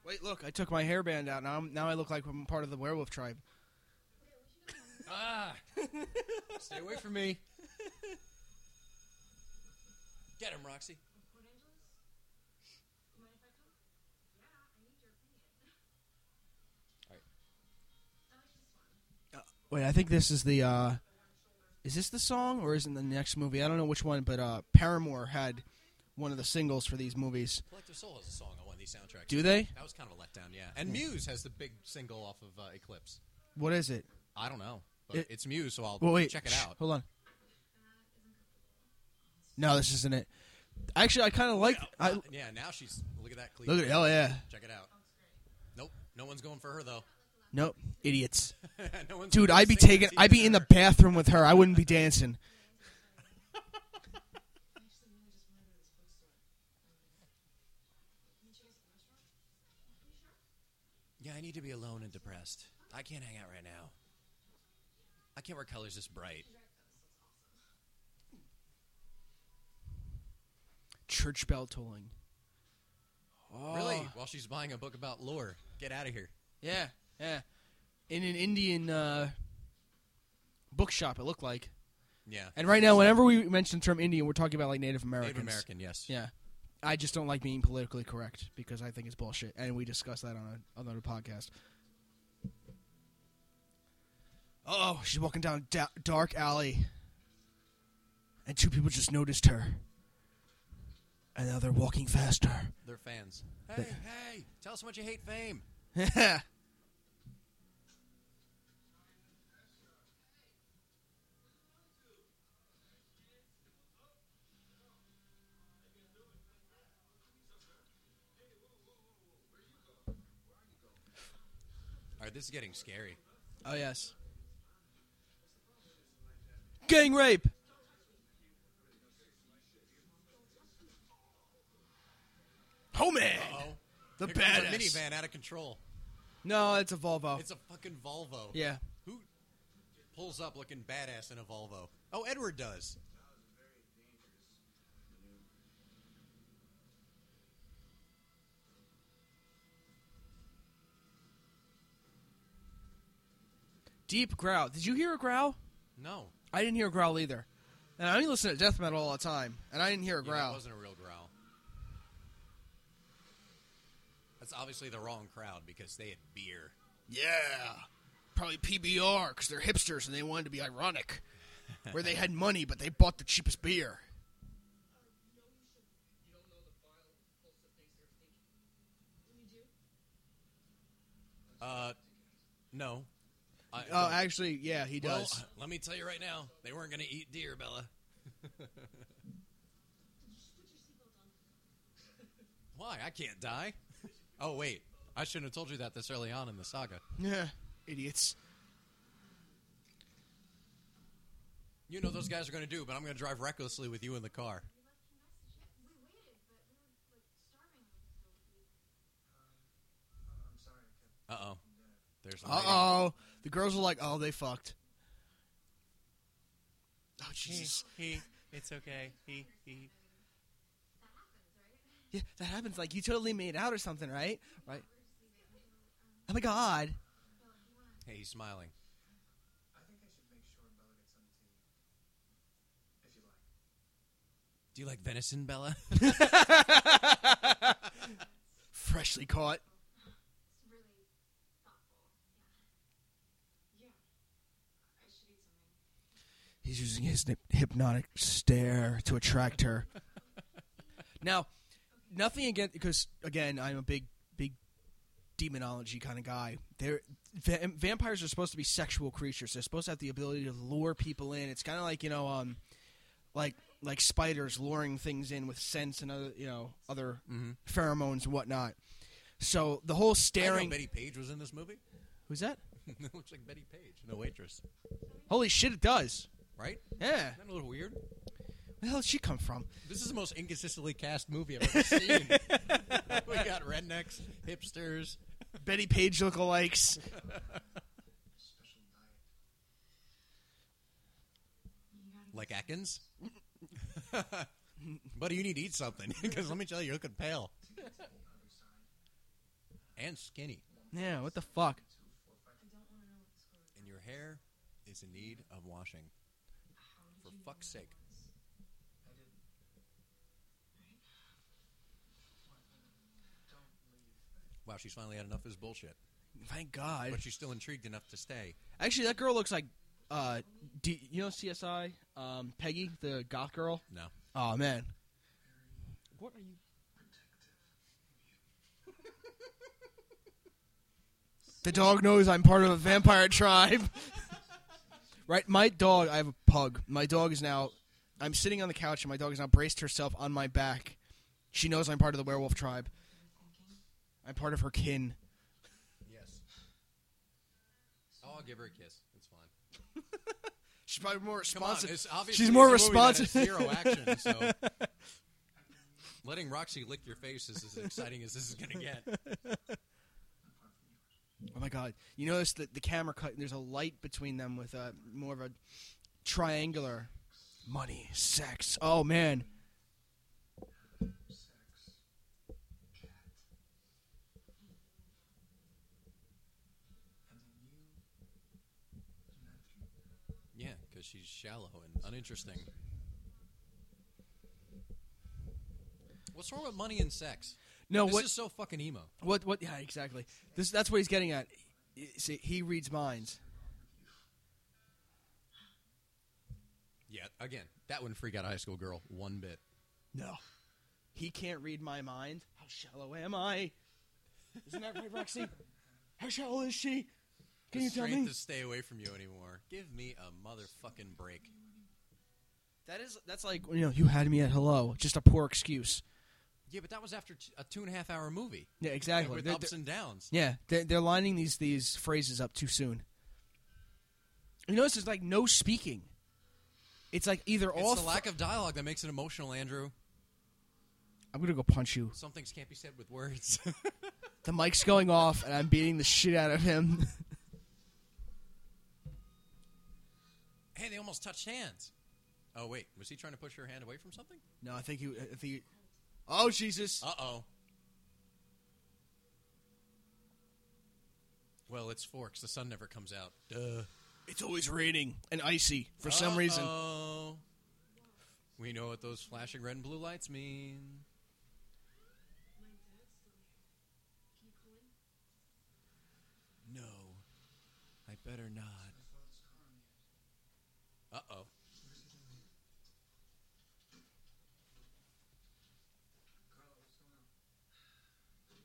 Wait, look, I took my hairband out. Now, I'm, now I look like I'm part of the werewolf tribe.
ah, stay away from me. Get him, Roxy.
Uh, Wait, I think this is the. uh Is this the song or is it the next movie? I don't know which one, but uh Paramore had one of the singles for these movies.
Collective Soul has a song on one of these soundtracks.
Do they?
That was kind of a letdown, yeah. And Muse has the big single off of uh, Eclipse.
What is it?
I don't know, but
It-
it's Muse, so I'll
Well, wait.
check it
shh,
out.
Hold on. No, this isn't it. Actually, I kind of like. I
Uh, yeah, now she's look at that. Cleavage.
look at. Hell yeah.
Check it out. Nope, no one's going for her though.
Nope. Idiots.
no one's
Dude,
going
I'd be
singing
taking.
to
I'd be in
her.
the bathroom with her. I wouldn't be dancing.
Yeah, I need to be alone and depressed. I can't hang out right now. I can't wear colors this bright.
Church bell tolling. Oh.
Really? While she's buying a book about lore, get out of here.
Yeah. Yeah. In an Indian uh, bookshop, it looked like.
Yeah.
And right now, whenever we mention the term Indian, we're talking about like Native Americans.
Native American, yes.
Yeah. I just don't like being politically correct because I think it's bullshit, and we discussed that on a, another podcast. Oh, she's walking down da- dark alley, and two people just noticed her, and now they're walking faster.
They're fans. Hey, hey! Tell us how much you hate fame. All right, this is getting scary.
Oh yes. Gang rape. Oh man,
Oh,
the
Here comes
badass.
a minivan out of control.
No, it's a Volvo.
It's a fucking Volvo.
yeah.
Who pulls up looking badass in a Volvo? Oh, Edward does.
Deep growl. Did you hear a growl?
No,
I didn't hear a growl either. And I only listen to death metal all the time, and I didn't hear a
Yeah, that
growl.
wasn't a real growl. That's obviously the wrong crowd because they had beer.
Yeah. probably PBR because they're hipsters and they wanted to be ironic, where they had money but they bought the cheapest beer.
Uh, no. I,
Oh,
well,
actually, yeah, he does.
let me tell you right now, they weren't going to eat deer, Bella. Why? I can't die. Oh, wait. I shouldn't have told you that this early on in the saga.
yeah, idiots.
You know those guys are going to do, but I'm going to drive recklessly with you in the car.
We waited, but we were like starving.
I'm sorry, I kept
Uh oh. There's a
Uh
lady.
oh, the girls are like, oh, they fucked. Oh Jesus!
He, it's okay. He, he.
Yeah, that happens. Like you totally made out or something, right? Right. Oh my god.
Hey, he's smiling.
I think I should make sure Bella gets on the TV. If you like.
Do you like venison, Bella?
Mm-hmm. Freshly caught.
It's really thoughtful. Yeah. Yeah. I should eat something.
He's using his nip- hypnotic stare to attract her. now, nothing against because again, I'm a big, big demonology kind of guy. They're, va- vampires are supposed to be sexual creatures. They're supposed to have the ability to lure people in. It's kind of like you know, um, like like spiders luring things in with scents and other you know other pheromones and whatnot. So the whole
I know
staring.
Betty Page was in this movie.
Who's that?
it looks like Betty Page, no waitress,
Holy shit! It does.
right?
Yeah.
Isn't that a little weird?
Where the hell did she come from?
This is the most inconsistently cast movie I've ever seen. we got rednecks, hipsters.
Betty Page lookalikes.
Special diet.
Like Atkins? Buddy, you need to eat something because let me tell you, you're looking pale and skinny,
Yeah, what the fuck?
and your hair is in need of washing. For fuck's sake!
I didn't. Don't leave.
Wow, she's finally had enough of this bullshit,
Thank God.
but she's still intrigued enough to stay.
Actually, that girl looks like, uh, D- you know CSI, um, Peggy, the goth girl.
No,
Oh man. What are you? the dog knows I'm part of a vampire tribe. right, my dog. I have a pug. My dog is now. I'm sitting on the couch, and my dog has now braced herself on my back. She knows I'm part of the werewolf tribe. I'm part of her kin.
yes. Oh, I'll give her a kiss. It's fine.
She's probably more
Come on,
responsive.
it's obviously
She's more
a movie that
responsive.
has Zero action. So letting Roxy lick your face is as exciting as this is going to get.
Oh my god! You notice that the camera cut. and There's a light between them with a more of a triangular money, sex. Oh man,
Sex. Cat. And then you. Matthew.
Yeah, because she's shallow and uninteresting. What's wrong with money and sex?
no.
this
what?
is so fucking emo.
what? What? Yeah, exactly. This. That's what he's getting at. Y- See, he reads minds.
Yeah, again, that wouldn't freak out a high school girl one bit.
No, he can't read my mind. How shallow am I? Isn't that right, Roxy? How shallow is she? Can
the
you tell
strength
me?
to stay away from you anymore. Give me a motherfucking break.
That is. That's like you know. You had me at hello. Just a poor excuse.
Yeah, but that was after t- a two and a half hour movie
Yeah, exactly.
with
They're-
ups
they're-
and downs.
Yeah, they're, they're lining these these phrases up too soon. You notice there's like no speaking. It's like either
It's
all.
the
fu-
lack of dialogue that makes it emotional, Andrew.
I'm gonna go punch you.
Some things can't be said with words.
The mic's going off, and I'm beating the shit out of him.
hey, they almost touched hands. Oh wait, was he trying to push her hand away from something?
no, I think you. I think. You, oh Jesus!
Uh oh. Well, it's forks. The sun never comes out. Duh.
It's always raining and icy for some reason.
Oh. We know what those flashing red and blue lights mean. No. I Better not. Uh oh.
Carla, what's going on? One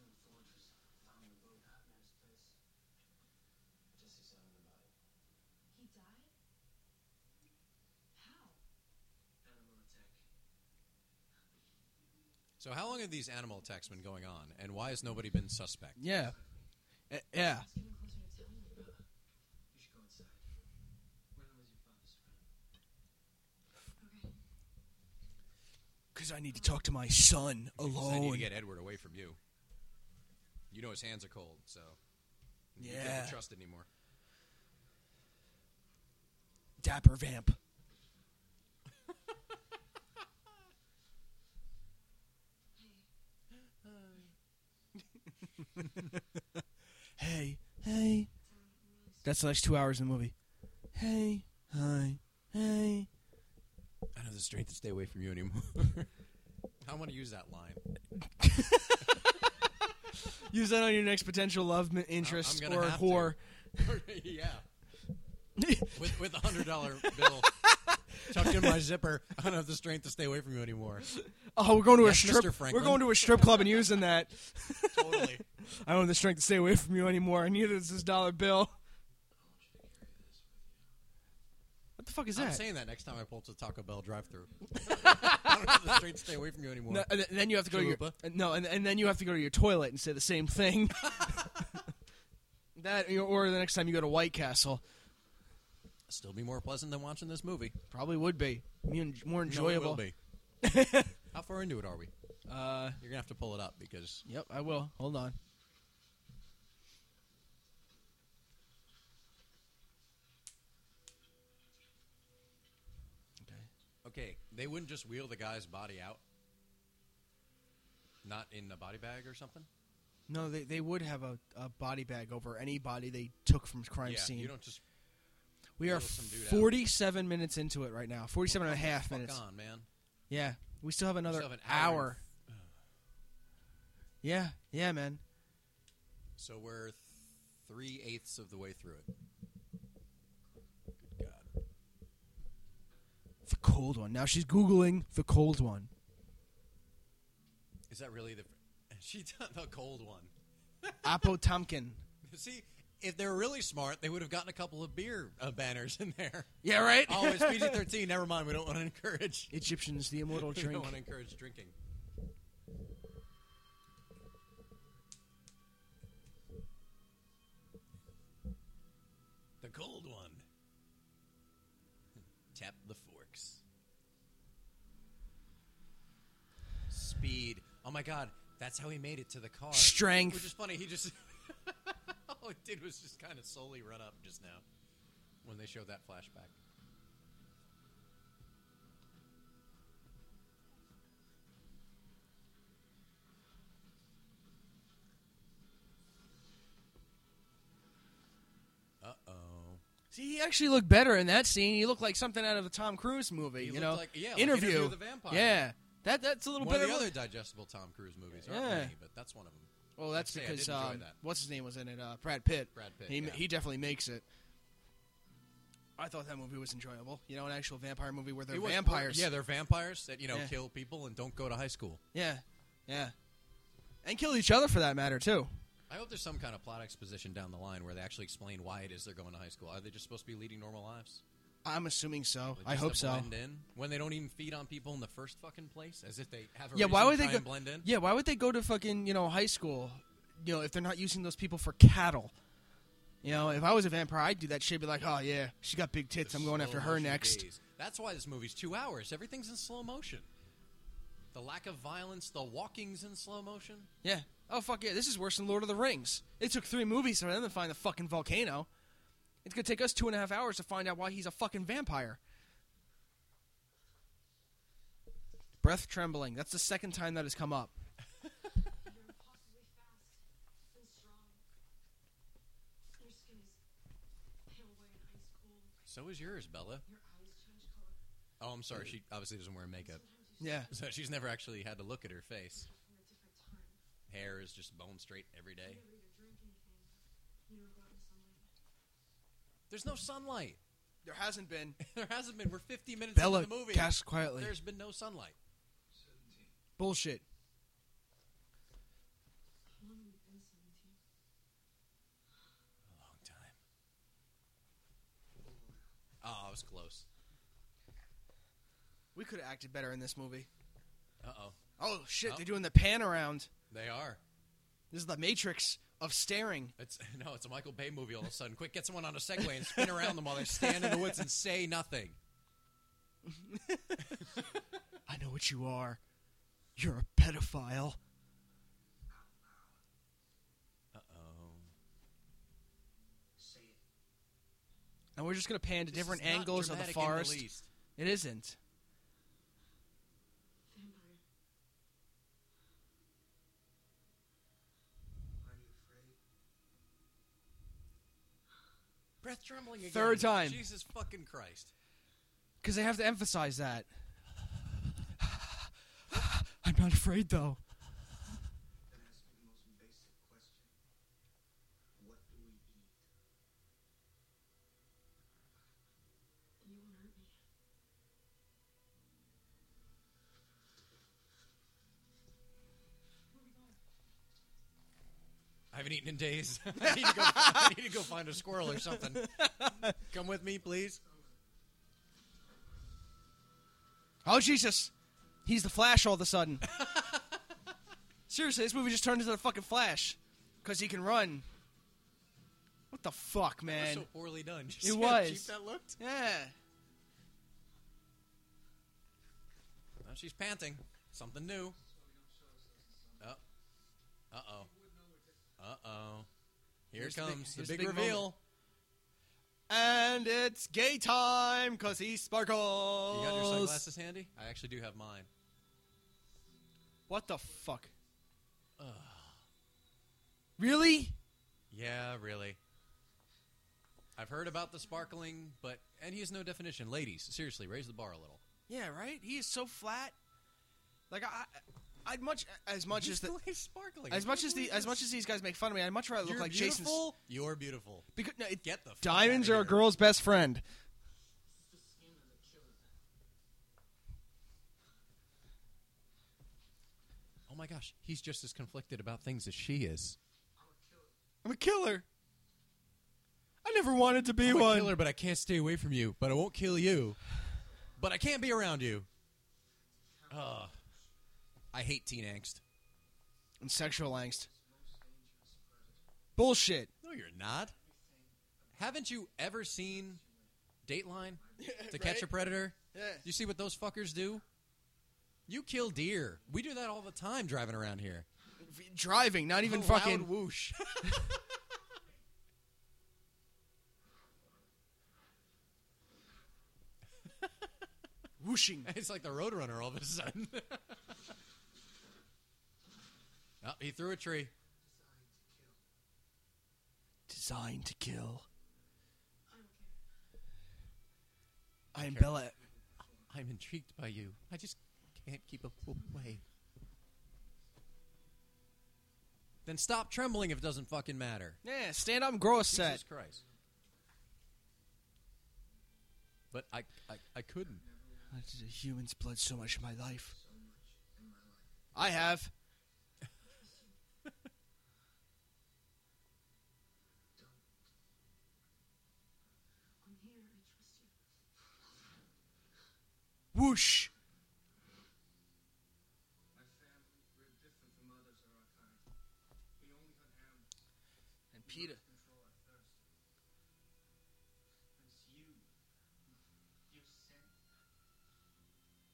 of the forgers found the boat out in outer space. Jesse's out on the body.
He died? How?
Animal attack.
So how long have these animal attacks been going on, and why has nobody been suspect?
Yeah. Eh, yeah.
It's getting closer to telling me.
You should go inside. Where was your father's friend?
Okay.
Because I need to talk to my son
I need
alone.
to get Edward away from you. You know his hands are cold, so you can't
Yeah.
be trusted anymore.
Dapper Vamp. hey, hey. That's the next two hours in the movie. Hey, hi, hey.
I don't have the strength to stay away from you anymore. I want to use that line.
Use that on your next potential love mi- interest
I'm gonna
or
have to.
whore.
yeah, with with a hundred dollar bill tucked in my zipper. I don't have the strength to stay away from you anymore.
oh, we're going to
Yes,
a strip.
Mr.
We're
Franklin.
going to a strip club and using that.
Totally.
I don't have the strength to stay away from you anymore. and Neither does this dollar bill. What the fuck is
I'm
that?
saying that next time I pull to the Taco Bell drive-through. I don't have the strength to stay away from you anymore.
No, uh, and th- then you have to go to your,
Chalupa?
uh, no, and, and then you have to go to your toilet and say the same thing. that you know, or the next time you go to White Castle,
Still be more pleasant than watching this movie.
probably would be Me en- more
No, it
enjoyable.
will be. How far into it are we?
Uh,
You're gonna have to pull it up because
yep, I will. Hold on. Okay.
okay, they wouldn't just wheel the guy's body out, not in a body bag or something.
No, they, they would have a, a body bag over any body they took from crime
yeah,
scene.
you don't just
we are
wheel some dude out.
47 minutes into it right now. 47 and a half
fuck
minutes.
on, man.
Yeah, we still have another
still have an
hour.
hour
yeah, yeah, man.
So we're three eighths of the way through it. Good God.
The cold one. Now she's googling the cold one.
Is that really the? She done the cold one.
Apo Tompkin.
See, if they were really smart, they would have gotten a couple of beer uh, banners in there.
Yeah, right.
Oh, it's PG thirteen. Never mind. We don't want to encourage.
Egyptians, the immortal
We
drink.
don't want to encourage drinking. The cold one. Tap the forks. Speed. Oh my god, that's how he made it to the car.
Strength.
Which is funny, he just. All it did was just kind of slowly run up just now when they showed that flashback. Uh oh.
See, he actually looked better in that scene. He looked like something out of a Tom Cruise movie.
He
you
looked
know,
like- yeah, like
interview.
Interview with the Vampire.
Yeah, that that's a little
One of
better.
the other
look.
digestible Tom Cruise movies.
Yeah.
Aren't many, but that's one of them.
Well, that's
I'd say I
because
did enjoy
um,
that.
what's his name was in it? Uh, Brad Pitt.
Brad Pitt,
He
yeah.
he definitely makes it. I thought that movie was enjoyable. You know, an actual vampire movie where they're
It was-
vampires.
Yeah, they're vampires that, you know,
Yeah.
kill people and don't go to high school.
Yeah, yeah, and kill each other for that matter too.
I hope there's some kind of plot exposition down the line where they actually explain why it is they're going to high school. Are they just supposed to be leading normal lives?
I'm assuming so.
Like,
I
just
hope
to
so.
Blend in when they don't even feed on people in the first fucking place, as if they have a
Yeah,
reason
why
to
would they
try
go,
and blend in?
Yeah, why would they go to fucking you know high school? You know, if they're not using those people for cattle. You know, if I was a vampire, I'd do that shit. Be like, oh yeah, she got big tits. I'm going after her
Slow-motion
next.
gaze. That's why this movie's two hours. Everything's in slow motion. The lack of violence, the walking's in slow motion.
Yeah. Oh fuck yeah! This is worse than Lord of the Rings. It took three movies for them to find the fucking volcano. It's gonna take us two and a half hours to find out why he's a fucking vampire. Breath trembling. That's the second time that has come up.
You're impossibly fast and strong. Your skin is pale white and ice cold.
So is yours, Bella.
Your eyes change color.
Oh, I'm sorry. She obviously doesn't wear makeup,
Sometimes you
Yeah.
so she's never actually had to look at her face.
start from a different time.
Hair is just bone straight every day.
Whenever you're drinking things, you know, go
There's no sunlight.
There hasn't been.
there hasn't been. We're 50 minutes
Bella
into the movie.
gasps quietly.
There's been no sunlight.
Bullshit.
A long time. Oh, I was close.
We could have acted better in this movie.
Uh oh.
Oh shit!
Oh.
They're doing the pan around.
They are.
This is the Matrix of staring.
It's no, it's a Michael Bay movie. All of a sudden, quick, get someone on a Segway and spin around them while they stand in the woods and say nothing.
I know what you are. You're a pedophile.
Uh oh.
Say it.
And we're just gonna pan to different angles of the forest. it isn't.
Vampire.
Are you afraid?
Breath trembling again.
Third time.
Jesus fucking Christ.
Because they have to emphasize that. I'm not afraid though.
Then ask me the most basic question. What do we eat?
You won't hurt me.
I haven't eaten in days. I, need to go, I need to go find a squirrel or something. Come with me, please.
Oh Jesus! He's the Flash all of a sudden. Seriously, this movie just turned into the fucking Flash because he can run. What the fuck,
That was
man?
so poorly done. Did
It
you see how cheap
was.
that looked?
yeah.
Oh, she's panting. Something new. Uh oh. Uh oh. Here
Here's the big-
comes the
here's
big,
the big
reveal.
moment. And it's gay time because he sparkles.
You got your sunglasses handy? I actually do have mine.
What the fuck? Really?
Yeah, really. I've heard about the sparkling, but and he has no definition. Ladies, seriously, raise the bar a little.
Yeah, right. He is so flat. Like I, I- I'd much as much as the,
He's still sparkling.
as much as the as much as these guys make fun of me, I'd much rather
you're
look like Jason.
beautiful. You're beautiful.
Because no, it,
Get the fuck
diamonds
outta
are a
here.
girl's best friend.
It's the skin of the children.
Oh my gosh, he's just as conflicted about things as she is.
I'm a killer.
I'm a killer. I never wanted to be
I'm
one.
a killer, but I can't stay away from you. But I won't kill you. But I can't be around you. Ugh. I hate teen angst.
And sexual angst.
Most dangerous predator.
Bullshit.
No, you're not. Haven't you ever seen Dateline to catch a predator?
Yeah.
You see what those fuckers do? You kill deer. We do that all the time driving around here.
Driving, not even
A Oh, loud
fucking.
whoosh.
whooshing.
it's like the Roadrunner all of a sudden. oh, he threw a tree.
Designed to kill.
Designed to kill.
I don't care.
I am Bella.
I'm intrigued by you. I just can't keep away. Then stop trembling if it doesn't fucking matter.
Yeah, stand up and grow a set.
Jesus Christ. But I, I, I couldn't.
I did a human's blood so much in my life. I have.
On here, I trust you.
Whoosh.
My family, we're different from others of our kind. We only hunt animals.
And Peter.
Control our thirst. It's you. You sent. It's like a drug to me.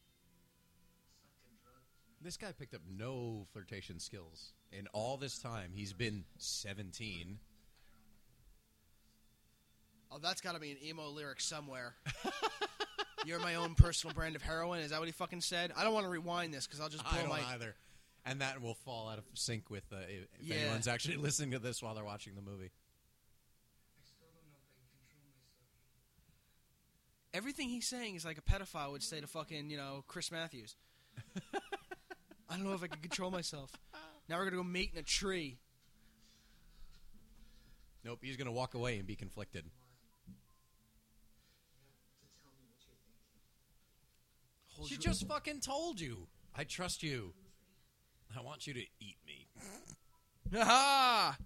This guy picked up no flirtation skills. In all this time, he's been 17.
Oh, that's got to be an emo lyric somewhere. You're my own personal brand of heroin. Is that what he fucking said? I don't want to rewind this because I'll just blow
I don't
my.
either. And that will fall out of sync with uh, if if
Yeah.
anyone's actually listening to this while they're watching the movie.
I still don't know if I can control myself.
Everything he's saying is like a pedophile would say to fucking you know Chris Matthews. I don't know if I can control myself. Now we're gonna go mate in a tree.
Nope, he's going to walk away and be conflicted.
whole
She
Jew-
just fucking told you. I trust you. I want you to eat me.
Aha!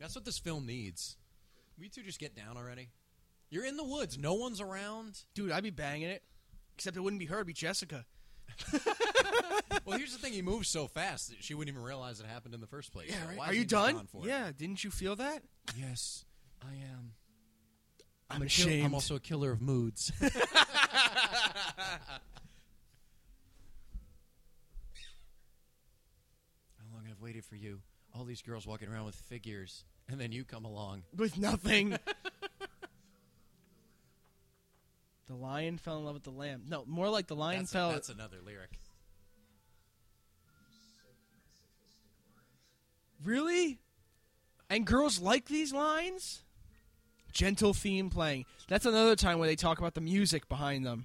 That's what this film needs. We two just get down already. You're in the woods. No one's around.
Dude, I'd be banging it. Except it wouldn't be her, it'd be Jessica.
Well, here's the thing. He moves so fast that she wouldn't even realize it happened in the first place. So why
Are
is
you
he just
done?
gone for it?
Yeah, didn't you feel that?
Yes, I am.
I'm,
a kill- I'm also a killer of moods. How long I've waited for you. All these girls walking around with figures, and then you come along.
with nothing. the lion fell in love with the lamb. No, more like the lion
That's,
fell.
that's another lyric.
really? And girls like these lines? Gentle theme playing. That's another time where they talk about the music behind them.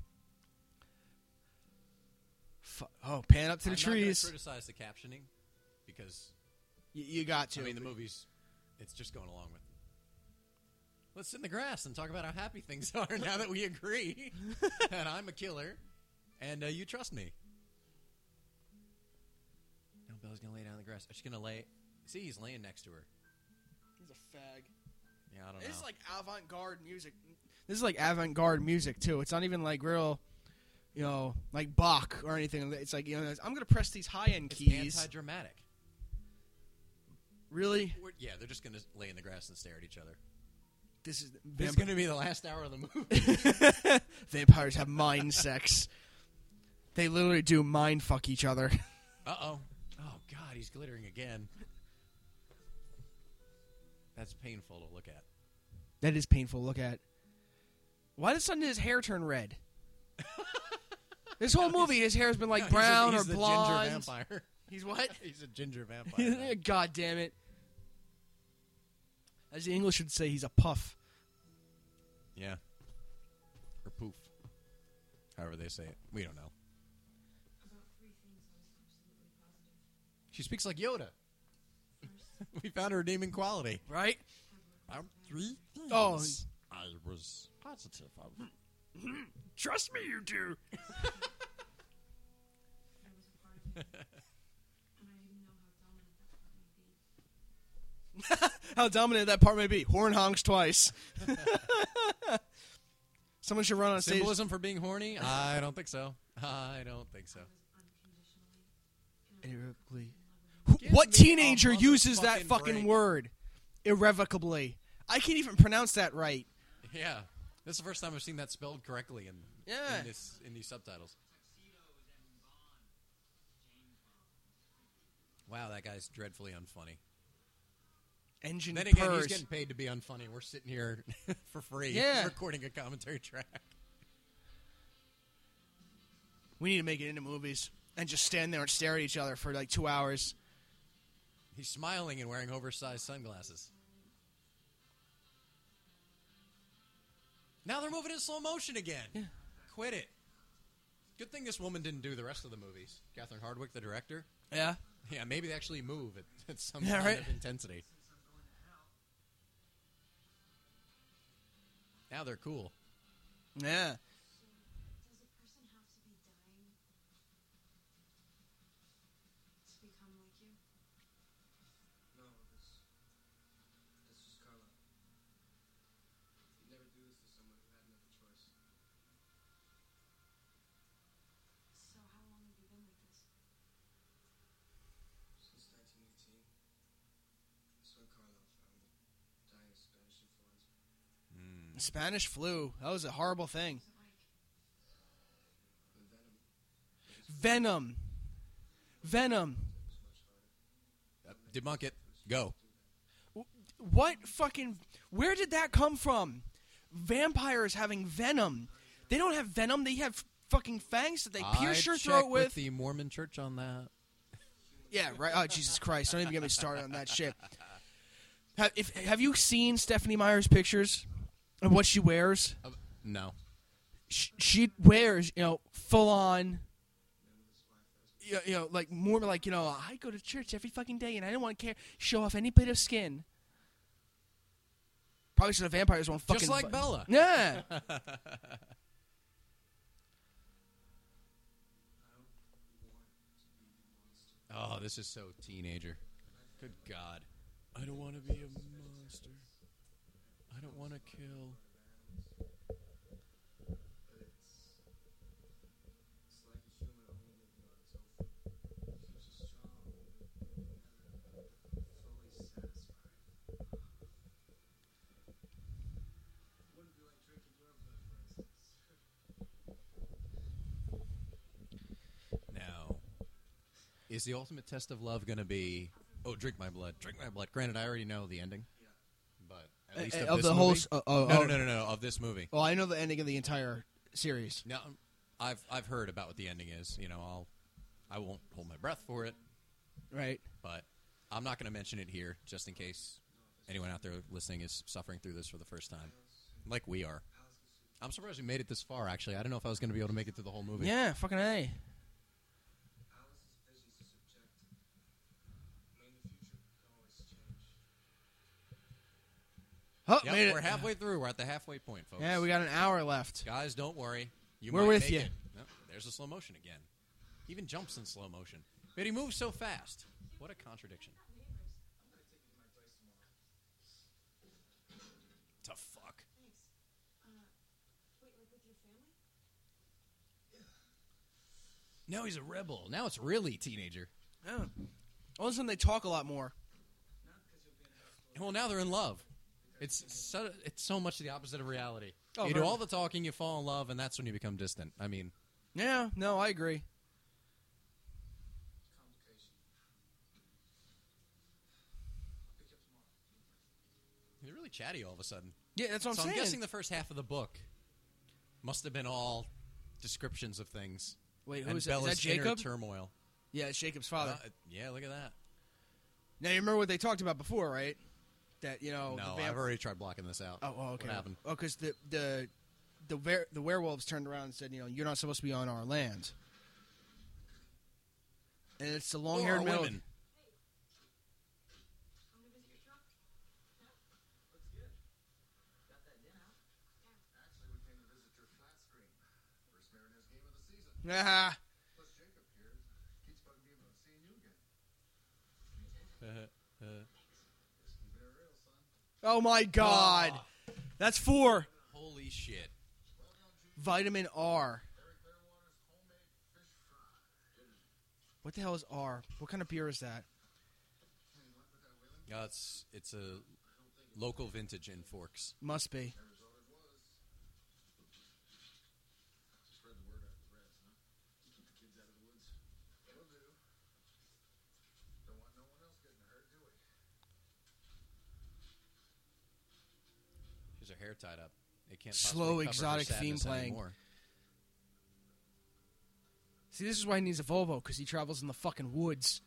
Fu- oh, pan up to the
I'm not gonna
trees.
criticize the captioning because
Y- you got to.
I mean the movie's it's just going along with. Let's sit in the grass and talk about how happy things are now that we agree that I'm a killer and uh, you trust me. Now Bella's gonna lay down in the grass. She's gonna lay. See, he's laying next to her.
He's a fag.
Yeah, I don't know.
This is like avant-garde music. This is like avant-garde music too. It's not even like real, you know, like Bach or anything. It's like you know, it's- I'm gonna press these high-end
it's
keys.
anti-dramatic.
really,
We're- yeah, they're just gonna lay in the grass and stare at each other.
this is
This is
vamp-
gonna be the last hour of the movie.
vampires have mind sex. They literally do mind fuck each other.
Uh oh. Oh God, he's glittering again. That's painful to look at.
that is painful. to Look at. Why did suddenly his hair turn red? this whole movie, his hair's been like
No, he's a-
brown
he's
or
the
blonde.
Ginger vampire.
He's what?
he's a ginger vampire. now.
God damn it. As the English would say, he's a puff.
yeah. Or poof. However they say it, we don't know.
About three things I was absolutely positive.
She speaks like Yoda. we found a redeeming quality.
Right?
I'm three.
Oh.
things I was positive. of.
Trust me, you do.
I was a part of it. and I didn't know how dominant that part
How dominant that part may
might be.
be. Horn honks twice. Someone should run on stage.
Symbolism for being horny? I don't think so. I don't think so.
I was unconditionally
Irrevocably.
Give
What
me
teenager
a
uses that
motherfucking
fucking
break.
word? Irrevocably. I can't even pronounce that right.
Yeah, this is the first time I've seen that spelled correctly in
Yeah.
in, this, in these subtitles. Wow, that guy's dreadfully unfunny.
Engine
Then again, he's
purrs.
getting paid to be unfunny. We're sitting here for free,
Yeah.
recording a commentary track.
we need to make it into movies and just stand there and stare at each other for like two hours.
He's smiling and wearing oversized sunglasses. Now they're moving in slow motion again. Quit it. Good thing this woman didn't do the rest of the movies. Catherine Hardwick, the director.
Yeah.
Yeah, maybe they actually move at, at some
Yeah,
kind
right.
of intensity. Now they're cool.
Yeah.
Does a person have to be dying to become like you?
No, this, this was karma. You'd never do this to someone who had another choice.
So how long have you been like this?
Since 1918, that's when Carlo found it, dying of Spanish influenza.
Spanish flu. That was a horrible thing.
Was it like
The venom
Venom. Venom.
was much harder.
Uh, debunk it. Go.
What fucking. Where did that come from? Vampires having venom. They don't have venom, they have fucking fangs that they pierce
I'd
your
check
throat with.
the Mormon church on that.
yeah, right. Oh, Jesus Christ. Don't even get me started on that shit. Have, if, have you seen Stephanie Meyer's pictures of what she wears?
Uh, no.
She, she wears, you know, full on. You you know, like more like you know, I go to church every fucking day, and I don't want to care, show off any bit of skin. Probably so the vampires won't fucking.
Just like
fu-
Bella.
Yeah.
Oh, this is so teenager. Good God. I don't want to be a monster. I don't want to kill. Now, is the ultimate test of love going to be, oh, drink my blood, drink my blood? Granted, I already know the ending, but at
Uh,
least
uh,
of,
of
this
the whole
movie-
s- uh, oh,
no,
oh.
no, no, no, no, of this movie.
Well, I know the ending of the entire series.
Now, I've I've heard about what the ending is. You know, I'll I won't hold my breath for it,
Right.
but I'm not going to mention it here just in case anyone out there listening is suffering through this for the first time, like we are. I'm surprised we made it this far. Actually, I don't know if I was going to be able to make it through the whole movie.
Yeah, fucking A.
Alice's visions are subjective. May the future always
Oh,
change.
Yep,
made it.
we're halfway through. We're at the halfway point, folks.
Yeah, we got an hour left.
Guys, don't worry. You
We're
might
with
make
you.
it. Yep, there's the slow motion again. He even jumps in slow motion, but he moves so fast. What a contradiction. To fuck.
Thanks. Uh, wait, like with your family?
Now he's a rebel. Now it's really teenager.
Yeah. All of a sudden, they talk a lot more.
Well, now they're in love. It's so, it's so much the opposite of reality.
Oh,
you do
very-
all the talking, you fall in love, and that's when you become distant. I mean,
Yeah, no, I agree.
Complication. I'll pick you up tomorrow.
they're really chatty all of a sudden.
Yeah, that's what
so
I'm
I'm
saying.
guessing the first half of the book must have been all descriptions of things.
Wait, who
and
is that? Is
Bella's
that Jacob?
Inner turmoil.
yeah, it's Jacob's father.
Uh, yeah, look at that.
now, you remember what they talked about before, right? That, you know,
no,
Oh, the vamp-
I've already tried blocking this out.
Oh, oh, okay.
What happened?
Oh, because the the the, were- the werewolves turned around and said, you know, you're not supposed to be on our land. And it's the long
Or
haired male.
women.
I'm gonna visit your truck.
Looks good. Got that in out?
Actually, we came to visit your flat screen. First Mariners game of the season.
Ah,
Plus, Jacob here keeps bugging me about seeing you again. Just keep it real, son.
oh my God,
Ah.
that's four
Holy shit.
vitamin R.
Harry Clearwater's homemade fish fry.
What the hell is R? What kind of beer is that?
Hey, you like what that Whalen?
Uh, it's, it's a local vintage in Forks.
Must be.
Never thought it was. Just spread the word out to the rest, huh? You keep the kids out of the woods. Will do. Don't want no one else getting hurt, do we?
She has her hair tied up. It can't
Slow,
possibly cover her
exotic theme
sadness
playing.
Anymore.
See, this is why he needs a Volvo because he travels in the fucking woods.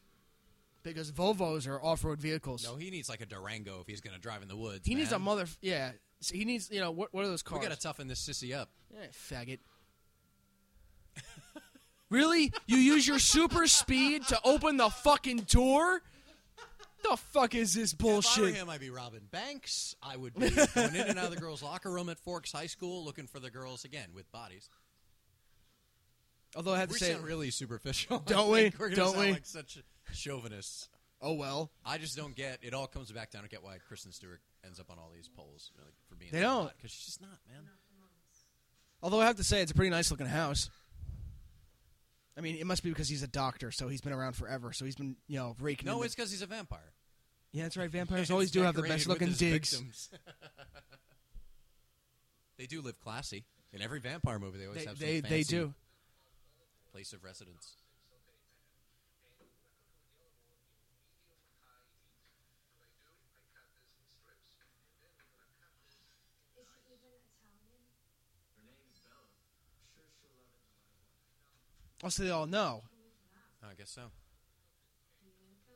Because Volvos are off road vehicles.
No, he needs like a Durango if he's going to drive in the woods.
he needs a
man.
mother. Yeah, so he needs. You know what? What are those
We
cars?
got to toughen this sissy up.
Eh, faggot. really? You use your super speed to open the fucking door? The fuck is this
If I were
bullshit?
him, I'd be Robin Banks. I would be going in and out of the girls' locker room at Forks High School looking for the girls again with bodies.
Although I have to
We
say,
sound really superficial. I
Don't we?
think We're gonna
Don't
sound
we?
Like such chauvinists.
oh well,
I just don't get. It all comes back down. I don't get why Kristen Stewart ends up on all these polls like, for being.
They
so
don't.
because she's just not, man.
although I have to say, it's a pretty nice looking house. I mean, it must be because he's a doctor, so he's been around forever. So he's been, you know, raking. in
No,
the-
it's because he's a vampire.
yeah, that's right. Vampires
It's
always do have the
decorated
best
with
looking
his
digs.
victims. they do live classy. In every vampire movie, they always
They
have some
they, they
fancy
do.
place of residence.
Is she even Italian?
Her name is Bella. I'm sure she'll love it no matter what.
Also, they all know.
I guess so.
Here comes the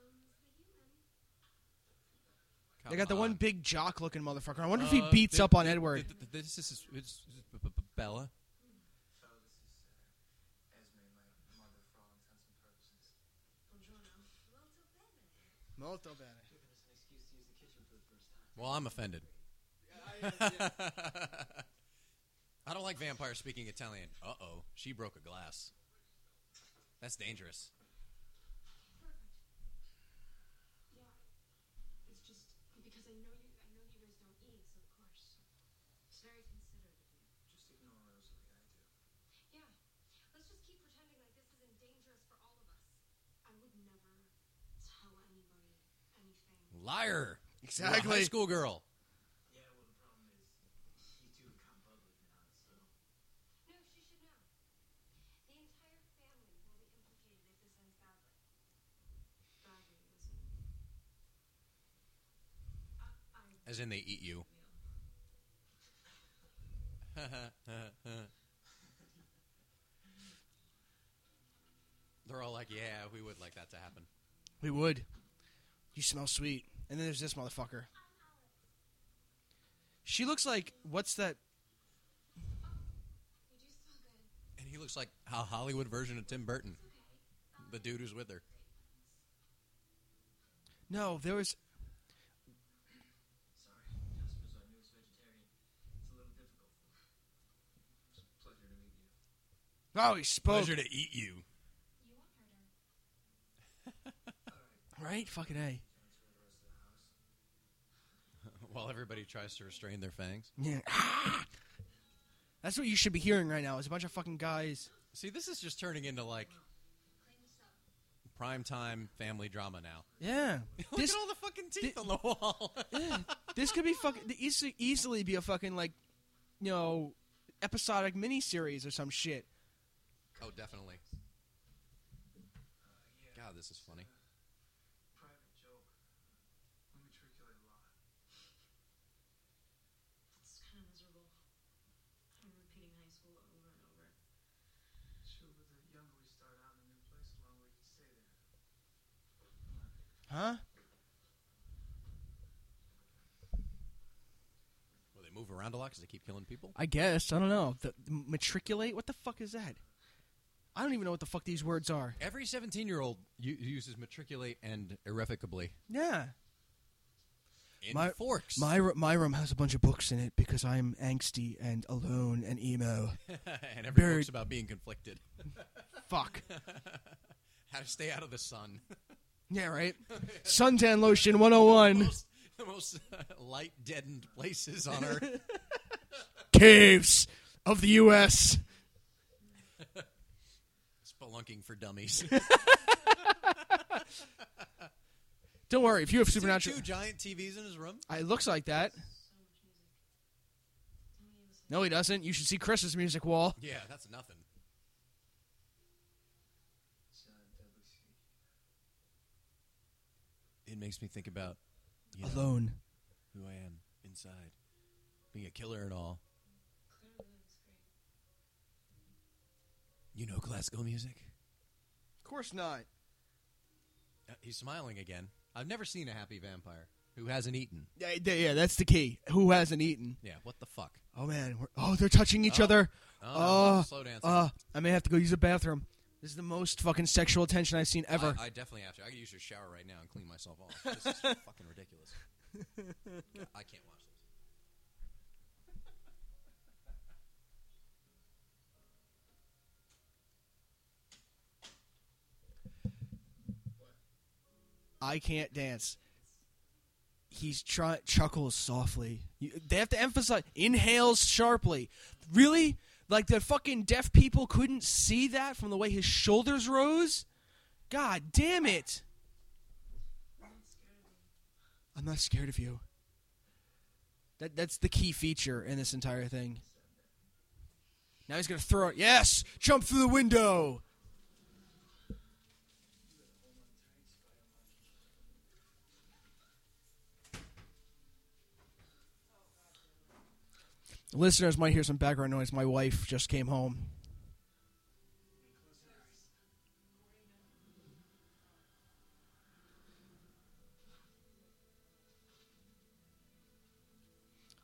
human.
they got the
Come
one
on.
big jock looking motherfucker. I wonder if he
Uh-huh. Uh,
beats
th-
up on
th-
Edward.
th- th- This is this is- b- b- b- Bella.
Oh, this is uh, Esme, my mother, for all intents and purposes.
Buongiorno.
Molto
Molto bene.
bene.
Giving us an excuse to use the kitchen for the first time.
Well, I'm offended. I don't like vampires speaking Italian. Uh oh, she broke a glass. That's dangerous.
Perfect.
liar. You're a
Exactly.
high school girl.
Yeah, well, the problem is, you two become public now, so.
No, she should know. The entire family will be implicated if this ends badly. Badly, listen. Uh, I, I
As in, they eat you. They're all like, yeah, we would like that to happen.
We would. You smell sweet. And then there's this motherfucker. She looks like what's that?
You do so good.
And he looks like a Hollywood version of Tim Burton,
Okay.
the dude who's with her.
No, there was.
Sorry, Jasper's our newest vegetarian. It's a little difficult for him.
It's a pleasure to meet you.
Oh, he spoke.
Pleasure to eat you.
You won't hurt her.
Right? Fucking a.
Transfer the rest of the house.
While everybody tries to restrain their fangs.
Yeah. That's what you should be hearing right now. Is a bunch of fucking guys.
See, this is just turning into like
Clean this up.
primetime family drama now.
Yeah.
Look
this
at all the fucking teeth on the wall.
this could be fucking easily easily be a fucking like, you know, episodic miniseries or some shit.
oh, definitely. God, this is funny.
Private joke. We matriculate a lot.
It's kind of miserable. I'm repeating high school over and over.
Sure, but the younger we start out in a new place, the longer we can stay there.
Huh?
Well, they move around a lot because they keep killing people.
I guess. I don't know. The, matriculate? What the fuck is that? I don't even know what the fuck these words are.
Every 17 year old uses matriculate and irrevocably.
Yeah.
In
My-
forks.
My ru- my room has a bunch of books in it because I'm angsty and alone and emo.
and every
Bird.
book's about being conflicted.
Fuck.
How to stay out of the sun.
Yeah, right. Suntan lotion 101.
most, the most light deadened places on earth.
Caves of the U.S.
Spelunking for dummies.
Don't worry. If you have
Is there
supernatural,
two giant TVs in his room?
I it looks like that.
So much music. Tell me it was
No, he doesn't. You should see Chris's music wall.
Yeah, that's nothing.
John W.C.
It makes me think about you know,
Alone.
who I am inside, being a killer and all.
clearly it was great.
You know classical music?
Of course not.
Uh, he's smiling again. I've never seen a happy vampire who hasn't eaten.
Yeah, yeah, yeah, that's the key. Who hasn't eaten?
Yeah, what the fuck?
Oh man. We're, oh, they're touching each
Oh.
other.
Oh,
Oh,
slow dancing.
Uh, I may have to go use the bathroom. This is the most fucking sexual attention I've seen ever.
I, I definitely have to. I could use your shower right now and clean myself off. This is fucking ridiculous. I can't watch this.
I can't dance. He's try chuckles softly. You, they have to emphasize inhales sharply. Really? Like the fucking deaf people couldn't see that from the way his shoulders rose? God damn it. I'm not scared of you. That that's the key feature in this entire thing. Now he's going to throw it. Yes, jump through the window. Listeners might hear some background noise. My wife just came home.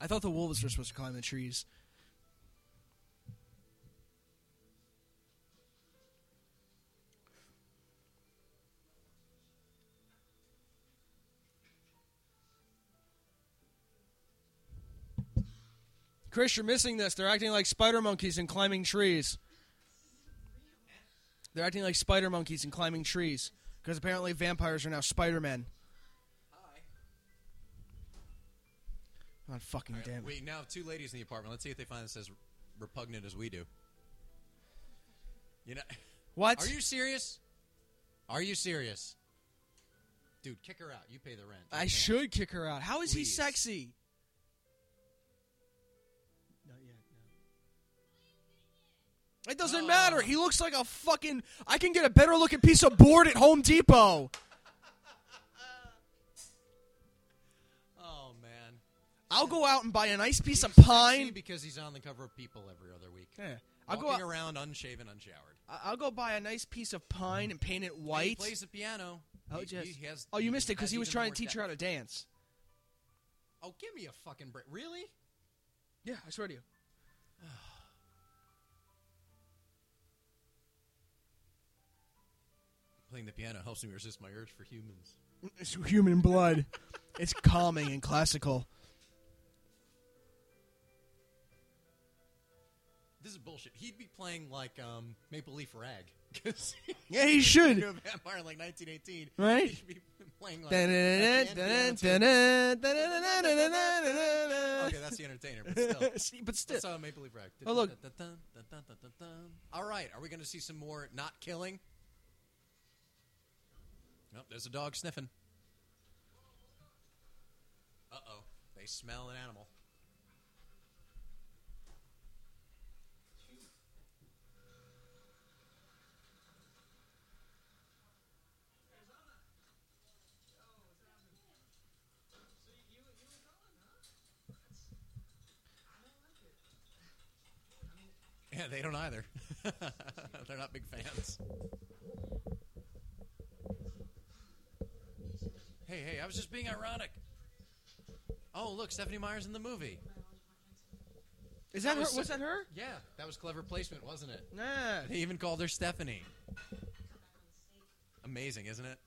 I thought the wolves were supposed to climb the trees. Chris, you're missing this. They're acting like spider monkeys and climbing trees. They're acting like spider monkeys and climbing trees because apparently vampires are now Spider Men.
Hi.
God fucking damn it.
We now have two ladies in the apartment. Let's see if they find this as repugnant as we do. You know,
What?
are you serious? Are you serious? Dude, kick her out. You pay the rent.
I
can't.
should kick her out. How is he
Please.
sexy? Not yet. No. It
Ah.
doesn't matter. He looks like a fucking. I can get a better looking piece of board at Home Depot.
Oh man.
I'll go out and buy a nice piece of
He's sexy
pine.
because he's on the cover of People every other week.
Yeah. I'll go
Walking
out-
around unshaven, unshowered.
I- I'll go buy a nice piece of pine and paint it
And He
white.
plays the piano.
Oh,
He-
just,
he has-
oh, you missed it because
has
he was
even
trying
more
to teach her how
depth.
to dance.
Oh, give me a fucking break. Really?
Yeah, I swear to you.
Playing the piano helps me resist my urge for humans.
It's human blood. it's calming and classical.
This is bullshit. He'd be playing like um, Maple Leaf Rag because
Yeah, he should.
a vampire in like 1918.
Right.
He should be playing like. at the end of the piano tune. Okay,
See,
that's the entertainer, but still.
but still,
That's uh, Maple Leaf Rag.
Oh, look.
All right, are we going to see some more not killing? Nope, there's a dog sniffing. Uh oh, they smell an animal. Yeah, they don't either. They're not big fans. Hey, hey, I was just being ironic. Oh, look, Stephanie Meyer's in the movie.
is that her?
was-
Was that her?
Yeah, that was clever placement, wasn't it?
Nah.
They even called her Stephanie. Amazing, isn't it?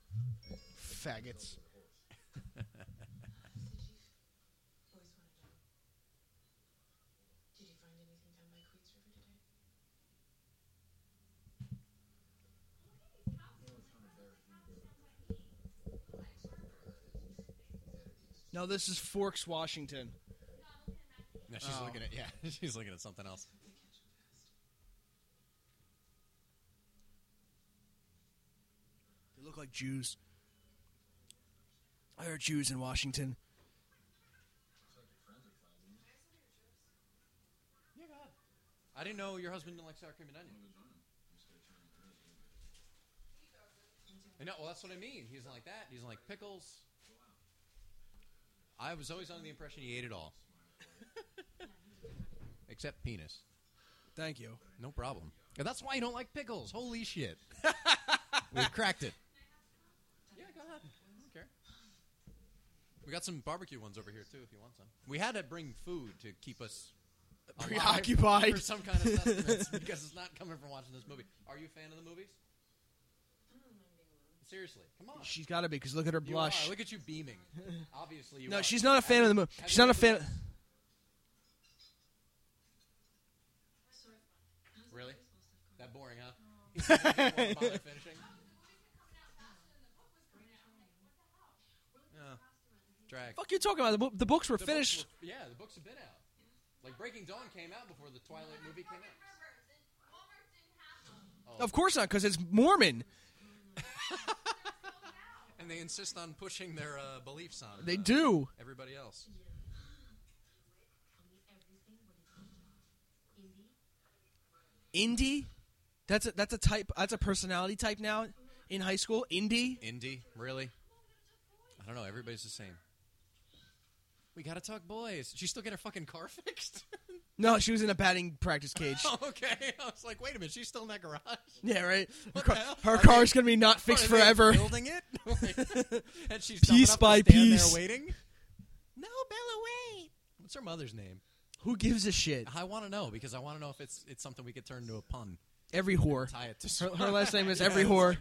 Faggots.
Always wanted to. Did you find anything down by Queens River today?
No, this is Forks, Washington.
No, she's
Oh.
looking at yeah, she's looking at something else.
They look like Jews. There are Jews in Washington.
I didn't know your husband didn't like sour cream and onion. I know. Well, that's what I mean. He's like that. He's like pickles. I was always under the impression he ate it all, except penis.
Thank you.
No problem. And that's why you don't like pickles. Holy shit. We've cracked it. Yeah, go ahead. I don't care. We got some barbecue ones over here too, if you want some. We had to bring food to keep us alive
Preoccupied.
for some kind of sustenance because it's not coming from watching this movie. Are you a fan of the movies? Seriously, come on.
She's got to be because look at her
You
blush.
are. Look at you beaming. Obviously, you
No,
are.
she's not a fan
Have
of the
you-
movie.
have
She's
you
not a
looked
fan.
at the- Really? That boring,
Oh.
huh? He's like, "You won't bother finishing." Yeah. Drag.
Fuck you talking about? The, bo- the books were
The books
finished.
were- yeah, the books have been out. Like Breaking Dawn came out before the Twilight movie came out.
Of course not, because it's Mormon.
And they insist on pushing their uh, beliefs on
They
uh,
do.
everybody else.
Indie. That's a that's a type. That's a personality type now in high school. Indie.
Indie, really? I don't know. Everybody's the same. We gotta talk boys. She's still getting her fucking car fixed.
No, she was in a batting practice cage.
oh, okay. I was like, wait a minute. She's still in that garage.
yeah, right. Her,
What
car,
the hell?
her
Are
car's
they-
gonna be not fixed
Are they
forever.
Building it, and she's
Piece
piece
by
by stand
piece.
There waiting. No, Bella, wait. What's her mother's name?
Who gives a shit?
I want to know because I want to know if it's it's something we could turn into a pun.
Every whore.
Tie it to
Her, her last name is every whore.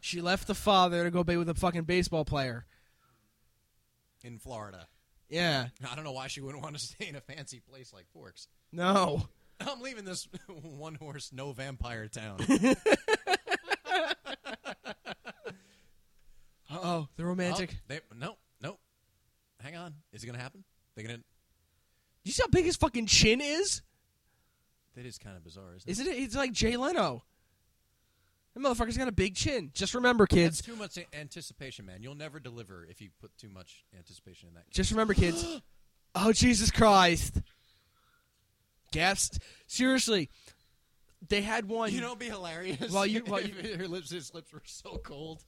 She left the father to go be with a fucking baseball player.
in Florida.
Yeah.
I don't know why she wouldn't want to stay in a fancy place like Forks.
No.
I'm leaving this one horse, no vampire town.
Uh oh. The romantic.
Oh, they, no, no. Hang on. Is it going to happen? They're going to.
You see how big his fucking chin is?
That is kind of bizarre, isn't it?
Isn't it? It's like Jay Leno. That motherfucker's got a big chin. Just remember, kids.
That's too much a- anticipation, man. You'll never deliver if you put too much anticipation in that.
Just remember, kids. oh, Jesus Christ. Gasps. Seriously, they had one.
You know, it'd be hilarious.
Well, you- well,
If
you-
her lips, his lips were so cold.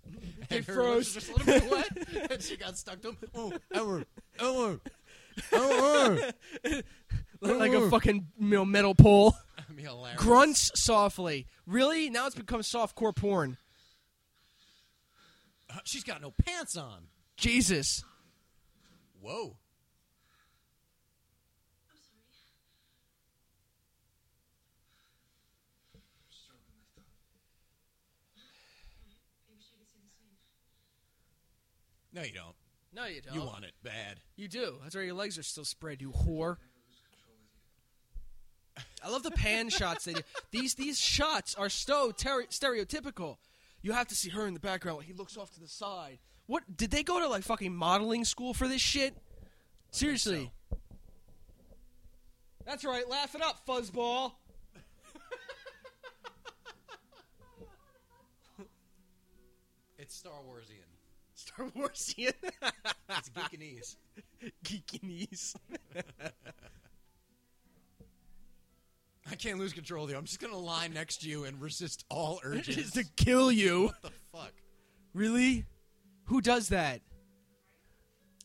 They
and her
froze.
Lips were just a little bit wet, and she got stuck to him. Oh, Edward, Edward, Edward.
look like a fucking you know, metal pole.
That'd be hilarious.
Grunts softly. Really? Now it's become softcore porn.
Uh, She's got no pants on.
Jesus.
Whoa.
I'm sorry.
Struggling with the
I wish I could say the same.
No, you don't.
No, you don't.
You want it bad.
You do. That's why your legs are still spread, you whore. I love the pan shots they do. These these shots are so ter- stereotypical. You have to see her in the background. He looks off to the side. What did they go to like fucking modeling school for this shit? Seriously. That's right. Laugh it up, fuzzball.
It's Star Warsian.
Star Warsian.
It's Geekanese.
Geeky knees.
I can't lose control of you. I'm just gonna lie next to you and resist all urges.
Just to kill you.
what the fuck?
Really? Who does that?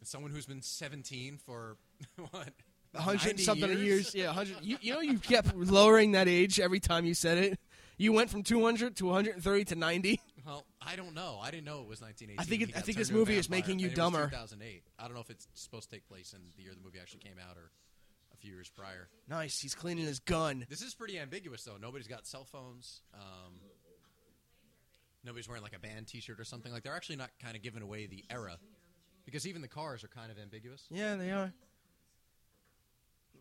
Someone who's been 17 for what?
A hundred
90
something years. Yeah, a hundred. You, you know, you kept lowering that age every time you said it. You went from 200 to 130 to 90.
Well, I don't know. I didn't know it was 1918.
I think it-
He
I
got
think
turned
this
into a
movie is
vampire,
making you
and it was
dumber.
2008. I don't know if it's supposed to take place in the year the movie actually came out or a few years prior.
Nice. He's cleaning his gun.
This is pretty ambiguous, though. Nobody's got cell phones. Um, nobody's wearing like a band T-shirt or something. Like they're actually not kind of giving away the era, because even the cars are kind of ambiguous.
Yeah, they are.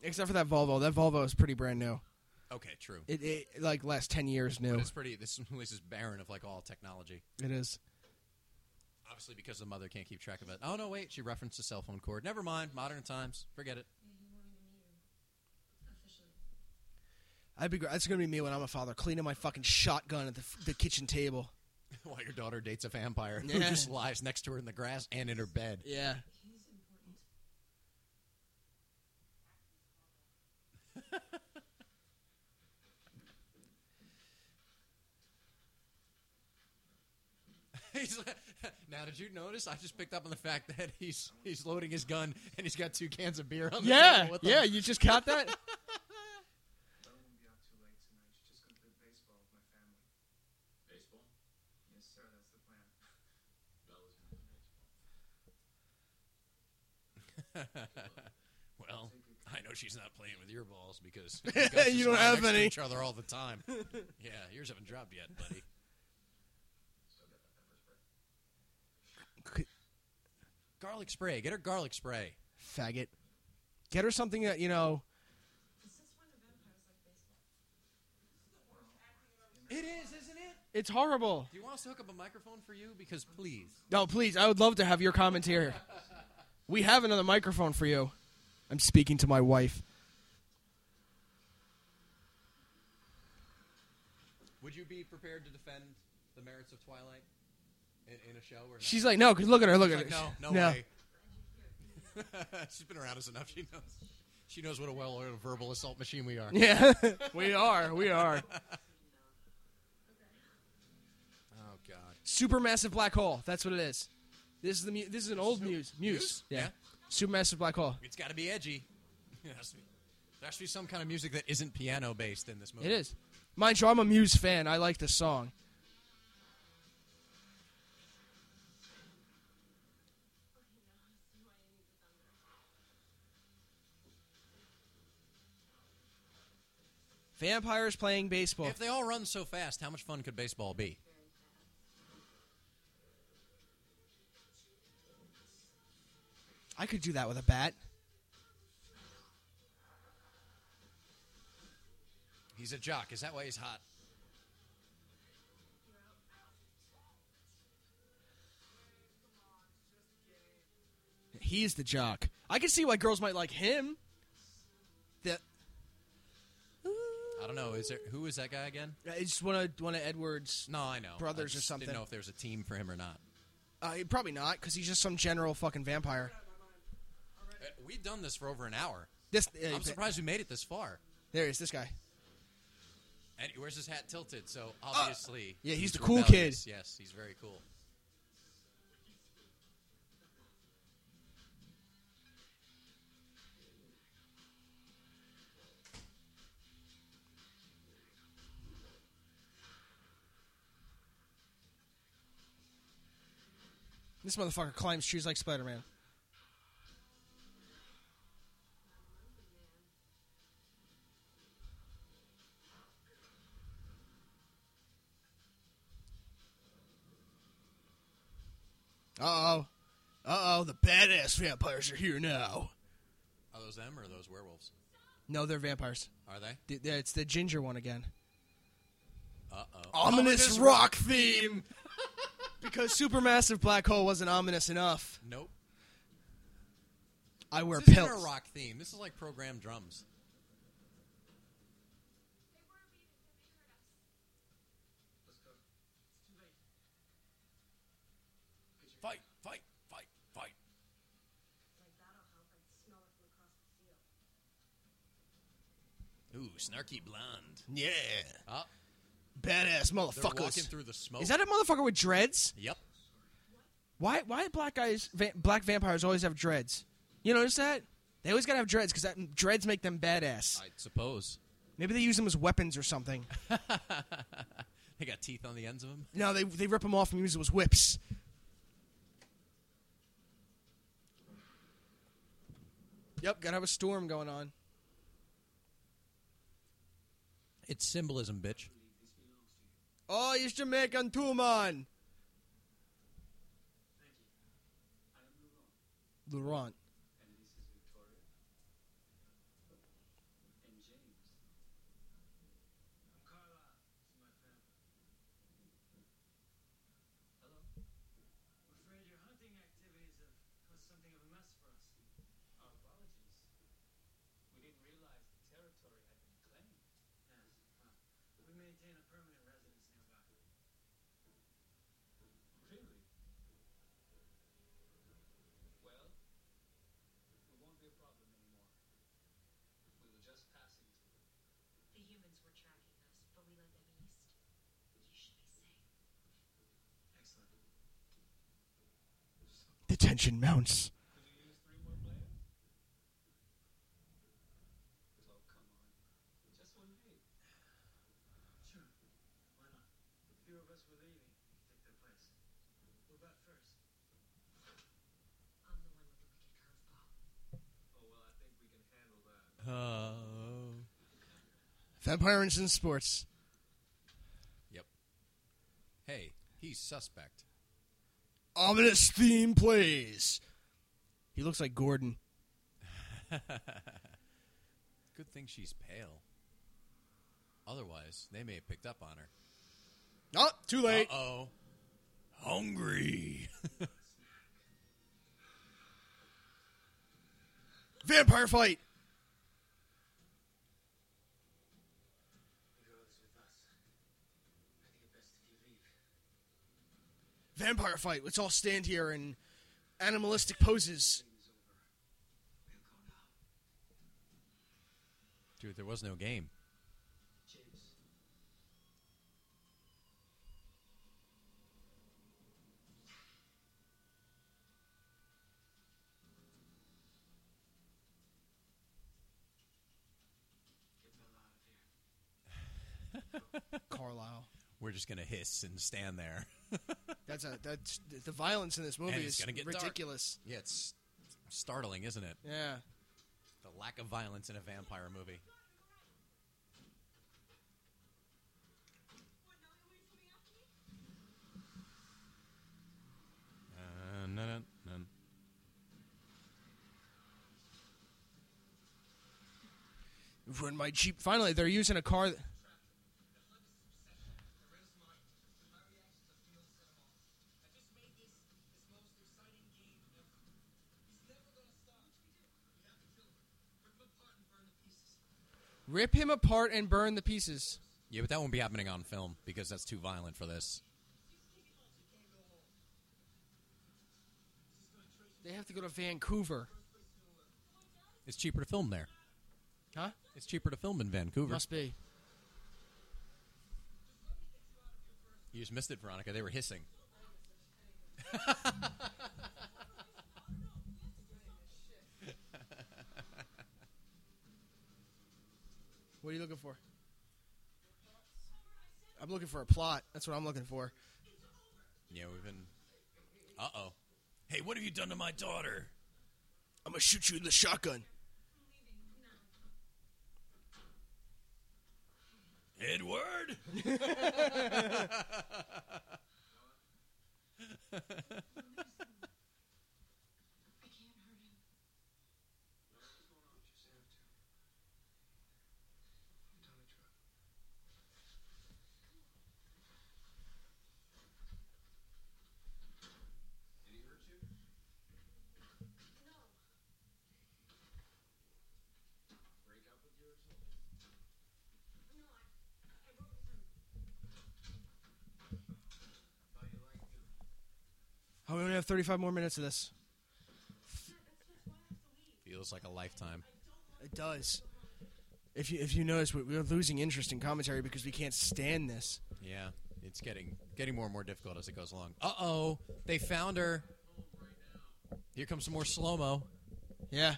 Except for that Volvo. That Volvo is pretty brand new.
Okay, true.
It, it like last 10 years new.
But it's pretty. This place is barren of like all technology.
It is.
Obviously, because the mother can't keep track of it. Oh no, wait. She referenced the cell phone cord. Never mind. Modern times. Forget it.
I'd be. gr- That's gonna be me when I'm a father, cleaning my fucking shotgun at the, f- the kitchen table.
While your daughter dates a vampire who
Yeah.
just lies next to her in the grass and in her bed.
Yeah.
He's like, now, did you notice? I just picked up on the fact that he's he's loading his gun and he's got two cans of beer on the
Yeah.
table with him.
Yeah. You just caught that.
I won't be out too late tonight. She's just gonna play baseball with my family.
Baseball?
Yes, sir, that's the plan.
Bella's gonna play baseball.
well, I know she's not playing with your balls because you, guys just
You don't
lie
have
next to
any.
each other all the time. yeah, yours haven't dropped yet, buddy. Garlic spray. Get her garlic spray.
Faggot. Get her something that you know.
Since when do vampires like baseball?
It is, isn't it?
It's horrible.
Do you want us to hook up a microphone for you? Because please.
No, please. I would love to have your comments here. We have another microphone for you. I'm speaking to my wife.
Would you be prepared to defend the merits of Twilight in, in a show? Or not?
She's like, no, 'cause look at her. Look
She's
at
like,
her.
no, no, way. She's been around us enough. She knows. She knows what a well-oiled verbal assault machine we are.
Yeah, we are. We are.
Oh God.
Supermassive black hole. That's what it is. This is the mu- this is an old muse. Muse.
Muse?
Yeah.
Yeah.
Supermassive black hole.
It's got to be edgy. It has to be. There has to be some kind of music that isn't piano based in this movie.
It is. Mind you, I'm a Muse fan. I like this song. Vampires playing baseball.
If they all run so fast, how much fun could baseball be?
I could do that with a bat.
He's a jock. Is that why he's hot?
He's the jock. I can see why girls might like him. The
I don't know. Is there who is that guy again?
It's one of one of Edward's.
No, I know.
Brothers or
I just
something.
Didn't know if there was a team for him or not.
Uh, probably not, because he's just some general fucking vampire.
Uh, We've done this for over an hour.
This. uh,
I'm surprised we made it this far.
There he is this guy.
And he wears his hat tilted, so obviously.
Uh, Yeah, he's the cool kid.
rebellious. Yes, he's very cool.
This motherfucker climbs trees like Spider Man. Uh oh. Uh oh, the badass vampires are here now.
Are those them or are those werewolves?
No, they're vampires.
Are they?
Th- th- It's the ginger one again.
Uh oh.
Ominous rock theme! because Supermassive Black Hole wasn't ominous enough,
Nope.
I wear
This isn't
pelts.
a rock theme. This is like programmed drums. Fight! Fight! Fight! Fight!
Like that'll help. I can smell it from across the field.
Ooh, snarky blonde.
Yeah.
Oh,
Badass
they're
motherfuckers.
walking through the smoke.
Is that a motherfucker with dreads?
Yep.
Why why do black guys va- black vampires always have dreads? You notice that? They always gotta have dreads because dreads make them badass.
I suppose.
Maybe they use them as weapons or something.
They got teeth on the ends of them.
no, they they rip them off and use them as whips. Yep, gotta have a storm going on.
It's symbolism, bitch.
Oh, you Jamaican too, man. Laurent.
And this is Victoria. And James. I'm Carla. This is my family. Hello? I'm afraid your hunting activities have caused something of a mess for us. Our apologies. We didn't realize the territory had been claimed. Yes. Huh. We maintain a permanent residence nearby. Really? Well, it won't be a problem anymore. We were just passing through.
The humans were tracking us, but we led them east. You should be safe.
Excellent.
The tension mounts.
Could you use three more players? Oh, come on. Just one game. Sure. Why not? The few of us were leaving. Take their place. Who about first?
I'm the one with the wicked curveball.
Oh, well, I think we can handle that.
Oh.
Vampires in sports.
Yep. Hey, he's suspect.
Ominous theme plays. He looks like Gordon.
Good thing she's pale. Otherwise, they may have picked up on her.
Oh, too late.
oh. Hungry.
Vampire fight.
The girl is with us. I think it best if you leave.
Vampire fight. Let's all stand here in animalistic poses.
We'll go now.
Dude, there was no game.
James. Get Bella out of here.
Carlisle.
We're just going to hiss and stand there.
That's a that's the violence in this
And
movie
it's
is
gonna get dark.
ridiculous.
yeah, it's startling, isn't it?
Yeah.
The lack of violence in a vampire movie. Uh, no, no, no.
Run my jeep. Finally, they're using a car. That, Rip him apart and burn the pieces.
Yeah, but that won't be happening on film because that's too violent for this.
They have to go to Vancouver,
It's cheaper to film there.
huh?
It's cheaper to film in Vancouver.
Must be.
You just missed it, Veronica. They were hissing.
What are you looking for? I'm looking for a plot. That's what I'm looking for.
Yeah, we've been. Uh oh. Hey, what have you done to my daughter?
I'm gonna shoot you in the shotgun.
Edward?
I can't hurt him.
Oh, we only have 35 more minutes of this.
Feels like a lifetime.
It does. If you if you notice, we- we're losing interest in commentary because we can't stand this.
Yeah, it's getting getting more and more difficult as it goes along. Uh oh, they found her. Here comes some more slow mo.
Yeah.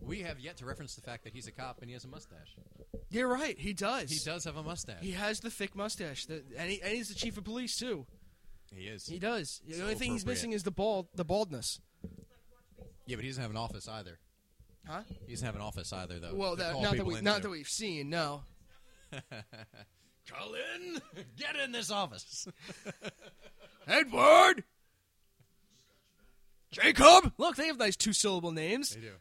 We have yet to reference the fact that he's a cop and he has a mustache.
You're right. He does.
He does have a mustache.
He has the thick mustache, the, and, he, and he's the chief of police too.
He is.
He does. The
So
only thing he's
appropriate.
missing is the bald, the baldness.
yeah, but he doesn't have an office either.
Huh?
He doesn't have an office either, though.
Well,
to
that,
call
not that
people
we
in
not
to-
that we've seen. No.
Colin, get in this office.
Edward. Jacob. Look, they have nice two syllable names.
do.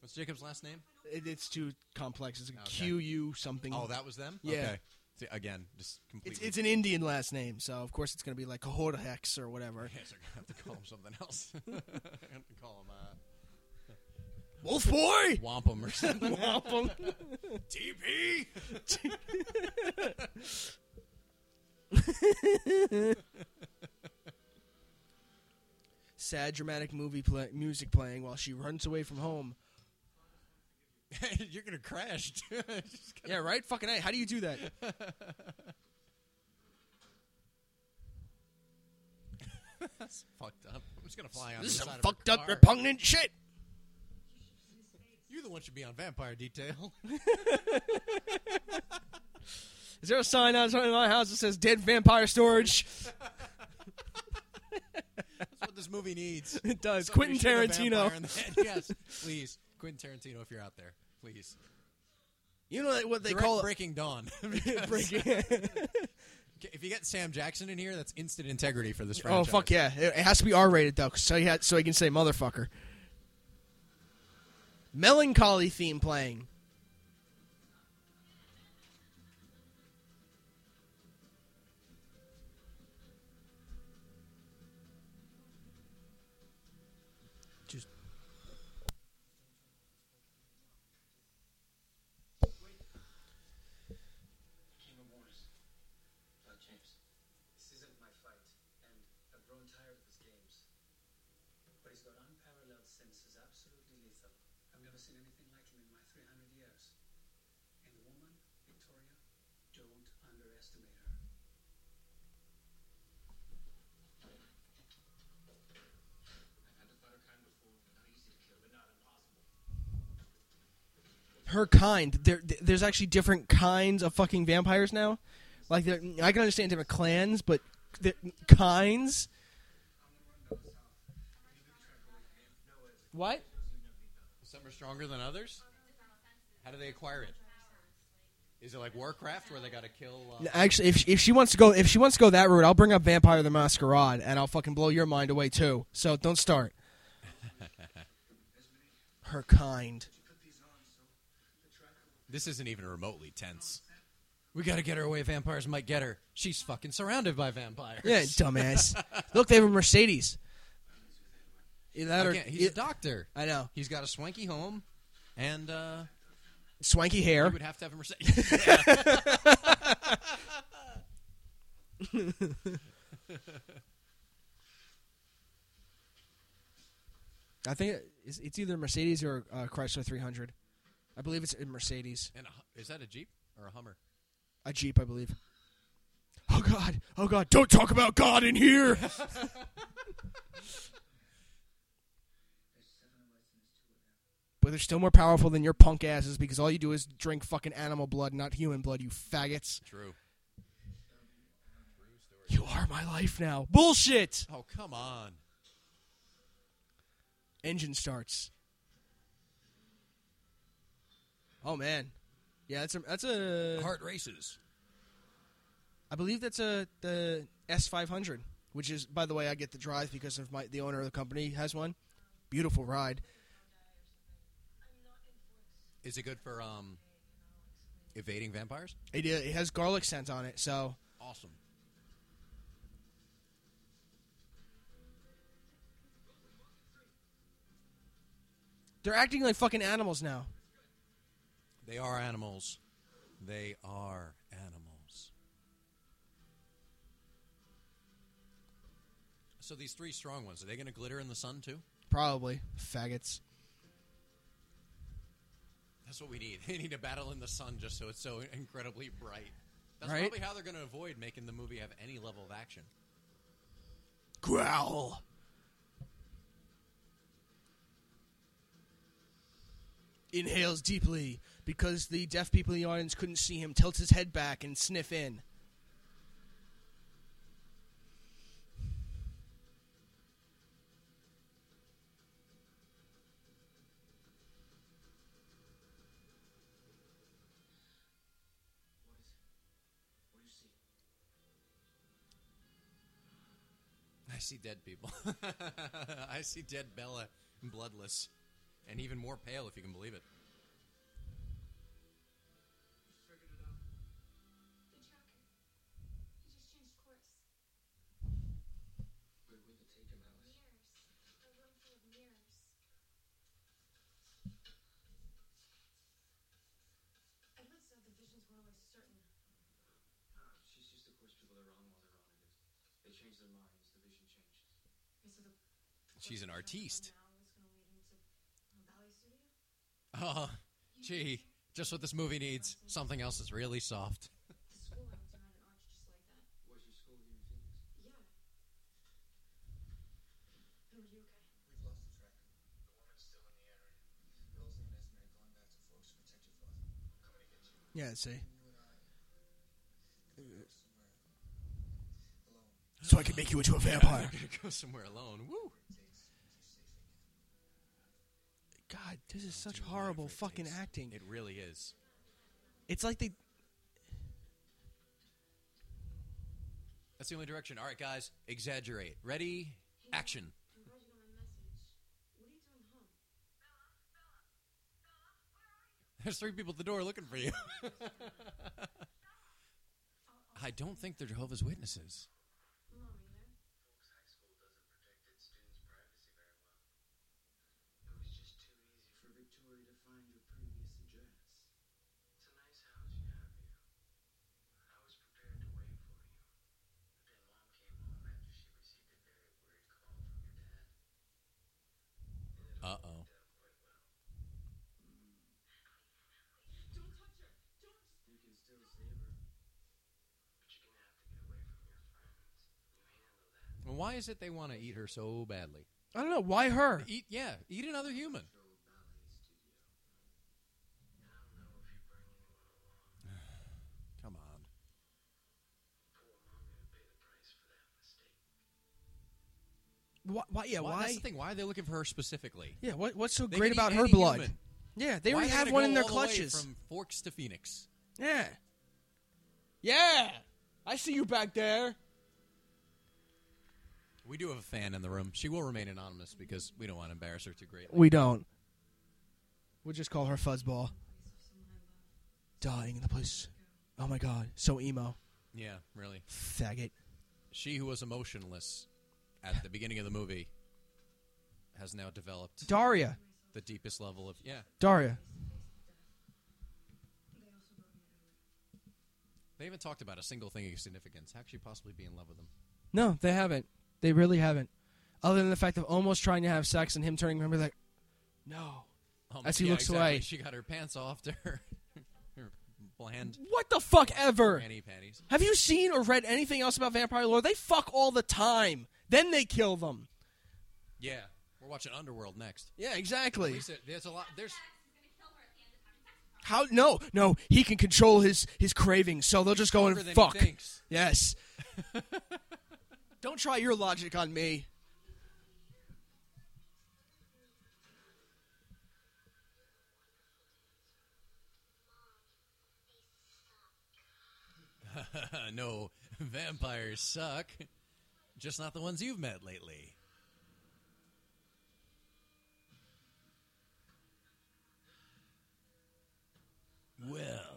What's Jacob's last name?
It, it's too complex. It's a
Okay.
Q U something.
Oh, that was them.
Mm. Yeah.
Okay. See, again,
It's,
just completely.
it's an Indian last name, so of course it's going to be like Cahortex or whatever.
Yes, I'm gonna have to call him something else. I'm gonna have to call him uh,
Wolf boy.
Wampum or something.
Wampum.
TP.
Sad dramatic movie play, music playing while she runs away from home.
You're gonna crash. dude. Just gonna-
Yeah, right? Fucking A. How do you do that?
That's fucked up. I'm just gonna fly on
this is
the
some
side of a
fucked up,
car.
repugnant shit.
You're the one should be on vampire detail.
Is there a sign outside of my house that says dead vampire storage?
That's what this movie needs.
It does. Quentin
Somebody shoot a vampire in
Tarantino.
the head. yes, please, Quentin Tarantino, if you're out there, please.
You know what they
Direct
call it?
Breaking Dawn.
breaking.
Because if you get Sam Jackson in here, that's instant integrity for this
oh,
franchise.
fuck yeah. It it has to be R rated, though, so he, had, so he can say motherfucker. Melancholy theme playing. Just
King of Wars. Uh, James, this isn't my fight, and I've grown tired of his games. But he's got unparalleled senses, absolutely lethal. I've never seen anything like him in my 300 years. And the woman, Victoria, don't underestimate her.
her kind. There, th- there's actually different kinds of fucking vampires now. Like, there- I can understand different clans, but the kinds. What?
Some are stronger than others. How do they acquire it? Is it like Warcraft where they got to kill? Uh,
Actually, if if she wants to go, if she wants to go that route, I'll bring up Vampire the Masquerade, and I'll fucking blow your mind away too. So don't start. Her kind.
This isn't even remotely tense. We gotta get her away. Vampires might get her. She's fucking surrounded by vampires.
Yeah, dumbass. Look, they have a Mercedes. Either that or-
Again, he's a doctor.
I know.
He's got a swanky home, and uh,
Swanky
you
hair.
would have to have a Mercedes.
I think it's, it's either Mercedes or uh, Chrysler 300. I believe it's a Mercedes.
and a, hu- is that a Jeep or a Hummer?
A Jeep, I believe. Oh, God. Oh, God. Don't talk about God in here. but they're still more powerful than your punk asses because all you do is drink fucking animal blood, not human blood, you faggots.
True.
You are my life now. Bullshit!
Oh come on.
Engine starts. Oh, man. Yeah, that's a. That's a
Heart races.
I believe that's a the S five hundred, which is by the way I get the drive because of my the owner of the company has one. Beautiful ride.
Is it good for um, evading vampires?
It, uh, it has garlic scent on it, so
Awesome.
they're acting like fucking animals now.
They are animals. They are animals. So these three strong ones are they going to glitter in the sun too?
Probably faggots.
That's what we need. They need to battle in the sun just so it's so incredibly bright. That's
Right?
probably how they're going to avoid making the movie have any level of action.
Growl. Inhales deeply because the deaf people in the audience couldn't see him. Tilts his head back and sniff in.
I see dead people. I see dead Bella, bloodless, and even more pale if you can believe it.
The tracker. He just changed course.
Where would it take him, Alice?
Mirrors. A room full of mirrors. I would said the visions were always certain.
She's just, of course, people are wrong while they're wrong. They change their minds. The vision changes.
Okay, so the
She's an artiste.
Now is going to lead him to a ballet studio?
Oh, gee, just what this movie needs. Something else that's really soft.
The school runs around an arch just like that.
Was your school here in Phoenix?
Yeah. Who are you okay?
We've lost the tracker. The woman's still in the area. Rose and Esme are going back to folks to protect your father. Coming to get you.
Yeah, see.
You and I. Somewhere. Alone.
So I can make you into a vampire.
They're gonna go somewhere alone. Woo!
God, this is such
Do whatever
horrible
it
fucking
takes.
acting.
It really is.
It's like they
That's the only direction. All right, guys, exaggerate. Ready? Action.
I'm glad you got my message. What are you doing home?
There's three people at the door looking for you. I don't think they're Jehovah's Witnesses.
Mom, are you there?
Folks High School doesn't protect its students' privacy very well. It was just too easy for Victoria to find your previous address. It's a nice house you have here. I was prepared to wait for you. But then Mom came home after she received a very worried call from your dad.
Uh oh.
Don't touch her! Don't!
You can still save her. But you're gonna have to get away from your friends. You handle that.
Why is it they want to eat her so badly?
I don't know why her.
Eat, yeah, eat another human. Come on.
Why, why yeah, why?
Why, That's the thing. Why are they looking for her specifically?
Yeah, what, what's so
They
great
could eat
about her
any
blood?
human.
Yeah, they
Why
already
are
have
gonna
one
go
in their
all the way
clutches.
from Forks to Phoenix.
yeah. Yeah. I see you back there.
We do have a fan in the room. She will remain anonymous because we don't want to embarrass her too greatly.
We don't. We'll just call her Fuzzball. Dying in the place Oh my god, so emo,
Yeah, really.
faggot.
She who was emotionless at the beginning of the movie has now developed
Daria,
the deepest level of yeah.
Daria.
They haven't talked about a single thing of significance. How could she possibly be in love with him?
No, they haven't. They really haven't. Other than the fact of almost trying to have sex and him turning around and be like, no.
Um,
As he looks away.
she got her pants off to her, her bland
What the fuck ever?
granny panties.
Have you seen or read anything else about vampire lore? They fuck all the time. Then they kill them.
Yeah, we're watching Underworld next.
Yeah, exactly.
Lisa, there's a lot. There's
How? No, no. He can control his his cravings, so they'll just go and
stronger than he
fuck.
thinks.
Yes. Don't try your logic on me.
no vampires suck. Just not the ones you've met lately. Well,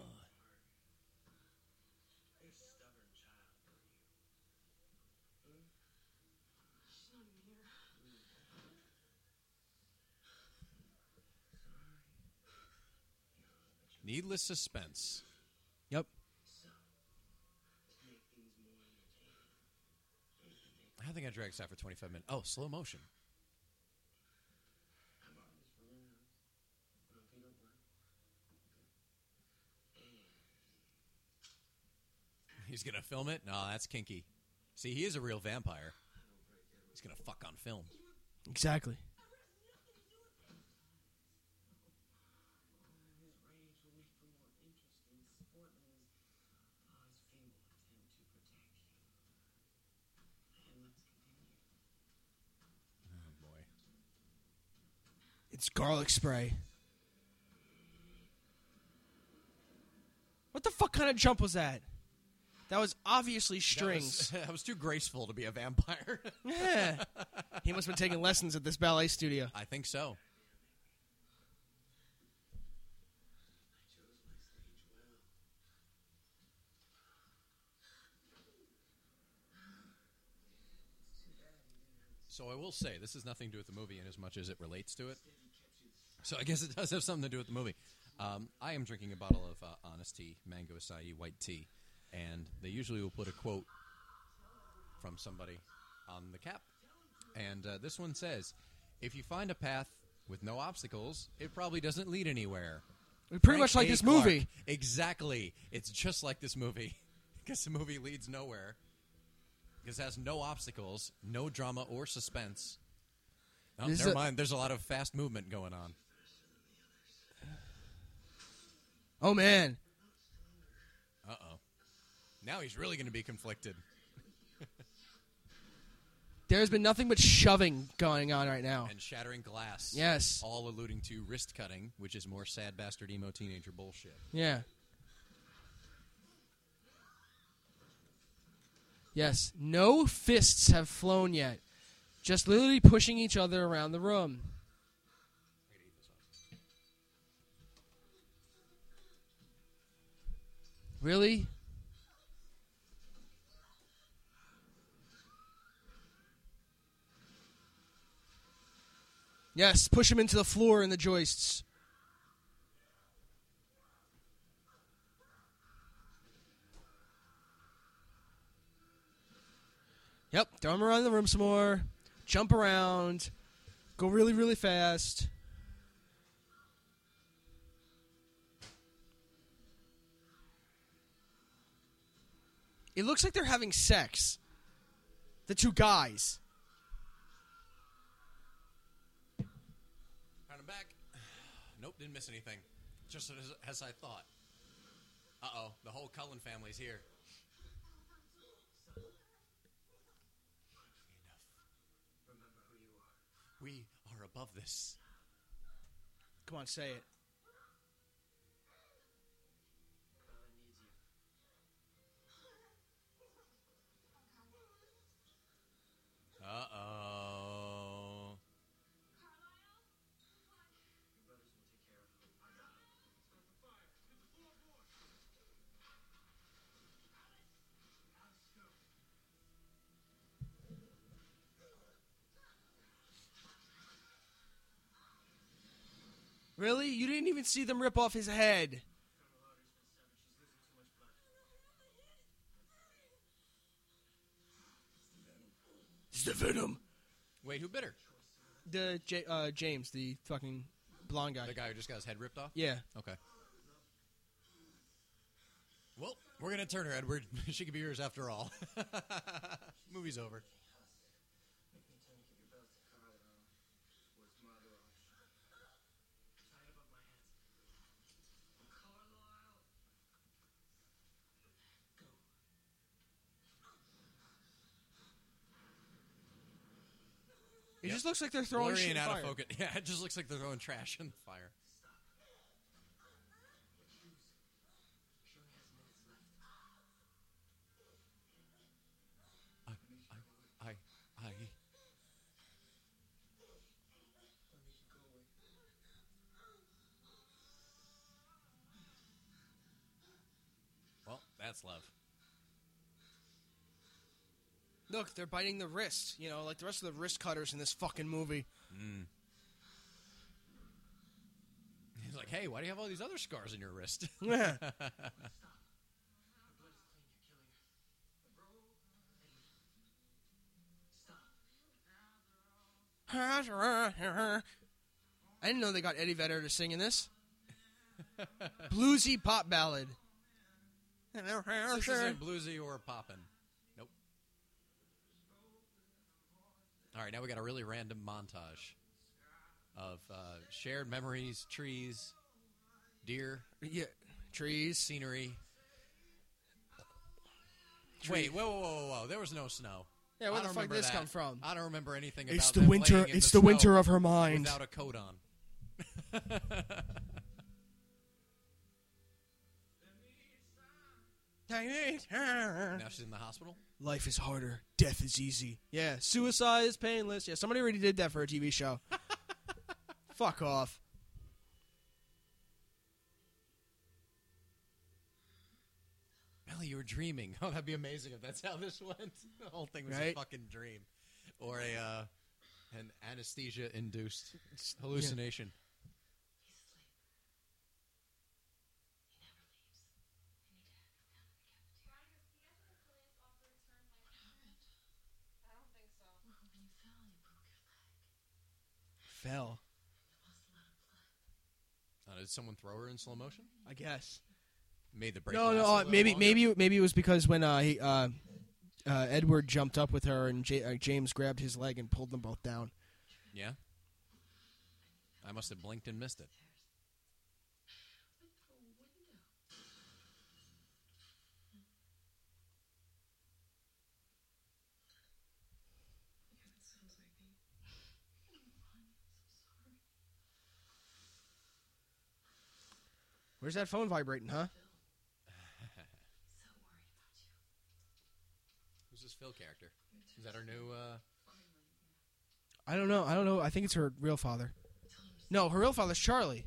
You're a stubborn child.
She's not even here.
needless suspense.
Yep.
Make things more entertaining.
I think I dragged this out for 25 minutes. Oh, slow motion.
I'm on this for now. But if you don't work,
He's gonna film it. No, that's kinky. See, he is a real vampire. He's gonna fuck on film. Oh,
Exactly.
all his rage will make for more interesting sportlings. All his fame will attempt to protect you. And let's continue.
Oh boy.
It's garlic spray. What the fuck kind of jump was that? That was obviously strings.
That was, I was too graceful to be a vampire.
yeah. He must have been taking lessons at this ballet studio.
I think so.
I chose my stage well. It's too bad he didn't have
So I will say this has nothing to do with the movie in as much as it relates to it. So I guess it does have something to do with the movie. Um, I am drinking a bottle of uh, Honest Tea, Mango Acai White Tea, and they usually will put a quote from somebody on the cap. And uh, this one says, "If you find a path with no obstacles, it probably doesn't lead anywhere."
Pretty
Frank
much like
A.
this
Clark.
movie.
Exactly. It's just like this movie because the movie leads nowhere because it has no obstacles, no drama or suspense. Oh,
This is
never
a-
mind. There's a lot of fast movement going on.
Oh man.
Uh oh. Now he's really going to be conflicted.
There's been nothing but shoving going on right now.
And shattering glass.
Oh. Yes.
All alluding to wrist cutting, which is more sad bastard emo teenager bullshit.
Yeah. Yes, no fists have flown yet. Just literally pushing each other around the room. Really? Yes, push him into the floor and the joists. Yep, throw him around the room some more. Jump around. Go really, really fast. It looks like they're having sex. The two guys.
Pound him back. Nope, didn't miss anything. Just as, as I thought. Uh oh, the whole Cullen family's here. Enough.
Remember who you are.
We are above this.
Come on, say it.
Colin needs you.
Uh oh.
Your brothers will take care of him. I got it. Start the fire. Get the floorboard.
Really? You didn't even see them rip off his head. It's the venom.
Wait, who bit her?
The J- uh, James, the fucking blonde guy.
The guy who just got his head ripped off?
Yeah.
Okay. Well, we're gonna turn her, Edward. she could be yours after all. Movie's over.
It
Yep.
just looks like they're throwing
Blurry
shit
and out
fire.
of focus. Yeah, it just looks like they're throwing trash in the fire. I, I, I, I. Well, that's love.
Look, they're biting the wrist, you know, like the rest of the wrist cutters in this fucking movie.
He's like, hey, why do you have all these other scars in your wrist?
Yeah. I didn't know they got Eddie Vedder to sing in this. Bluesy pop ballad.
this isn't bluesy or poppin'. Nope. All right, now we got a really random montage of uh, shared memories, trees, deer,
Yeah. Trees.
scenery. Wait, whoa, whoa, whoa, whoa! There was no snow.
Yeah, where
I
the
don't
fuck
remember
did this
that.
come from?
I don't remember anything.
It's
about
the
them
winter-
laying in
it's
the,
the winter
snow
of her mind.
without a coat on. Now she's in the hospital.
Life is harder. Death is easy. Yeah, suicide is painless. Yeah, somebody already did that for a TV show. Fuck off.
Ellie, you were dreaming. Oh, that'd be amazing if that's how this went. The whole thing was a
Right?
fucking dream, or a uh, an anesthesia-induced hallucination.
Fell.
Uh, did someone throw her in slow motion?
I guess.
Made the break.
No,
last
no.
a
Uh,
little
maybe,
longer?
maybe, maybe it was because when uh, he, uh, uh, Edward jumped up with her and J- uh, James grabbed his leg and pulled them both down.
Yeah. I must have blinked and missed it.
Where's that phone vibrating, huh?
Who's this Phil character? Is that our new? Uh,
I don't know. I don't know. I think it's her real father. No, her real father's Charlie.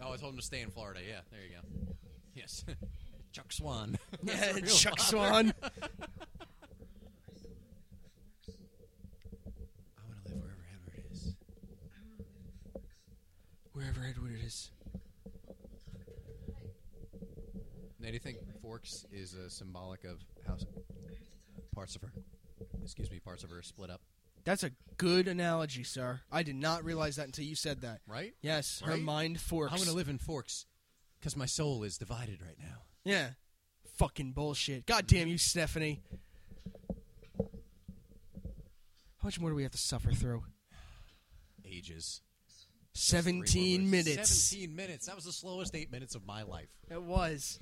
oh, I told him to stay in Florida. Yeah, there you go. Yes, Chuck Swan.
Yeah,
Real
Chuck
father.
Swan.
I want to live wherever Edward is.
Wherever Edward is.
Now, do you think Forks is uh, symbolic of how s- parts of her, excuse me, parts of her are split up?
That's a good analogy, sir. I did not realize that until you said that.
Right?
Yes, her
Right?
mind forks.
I'm going to live in Forks because my soul is divided right now.
Yeah. Fucking bullshit. God damn you, Stephanie. How much more do we have to suffer through?
Ages. Three more
17
words.
minutes.
17 minutes. That was the slowest eight minutes of my life.
It was.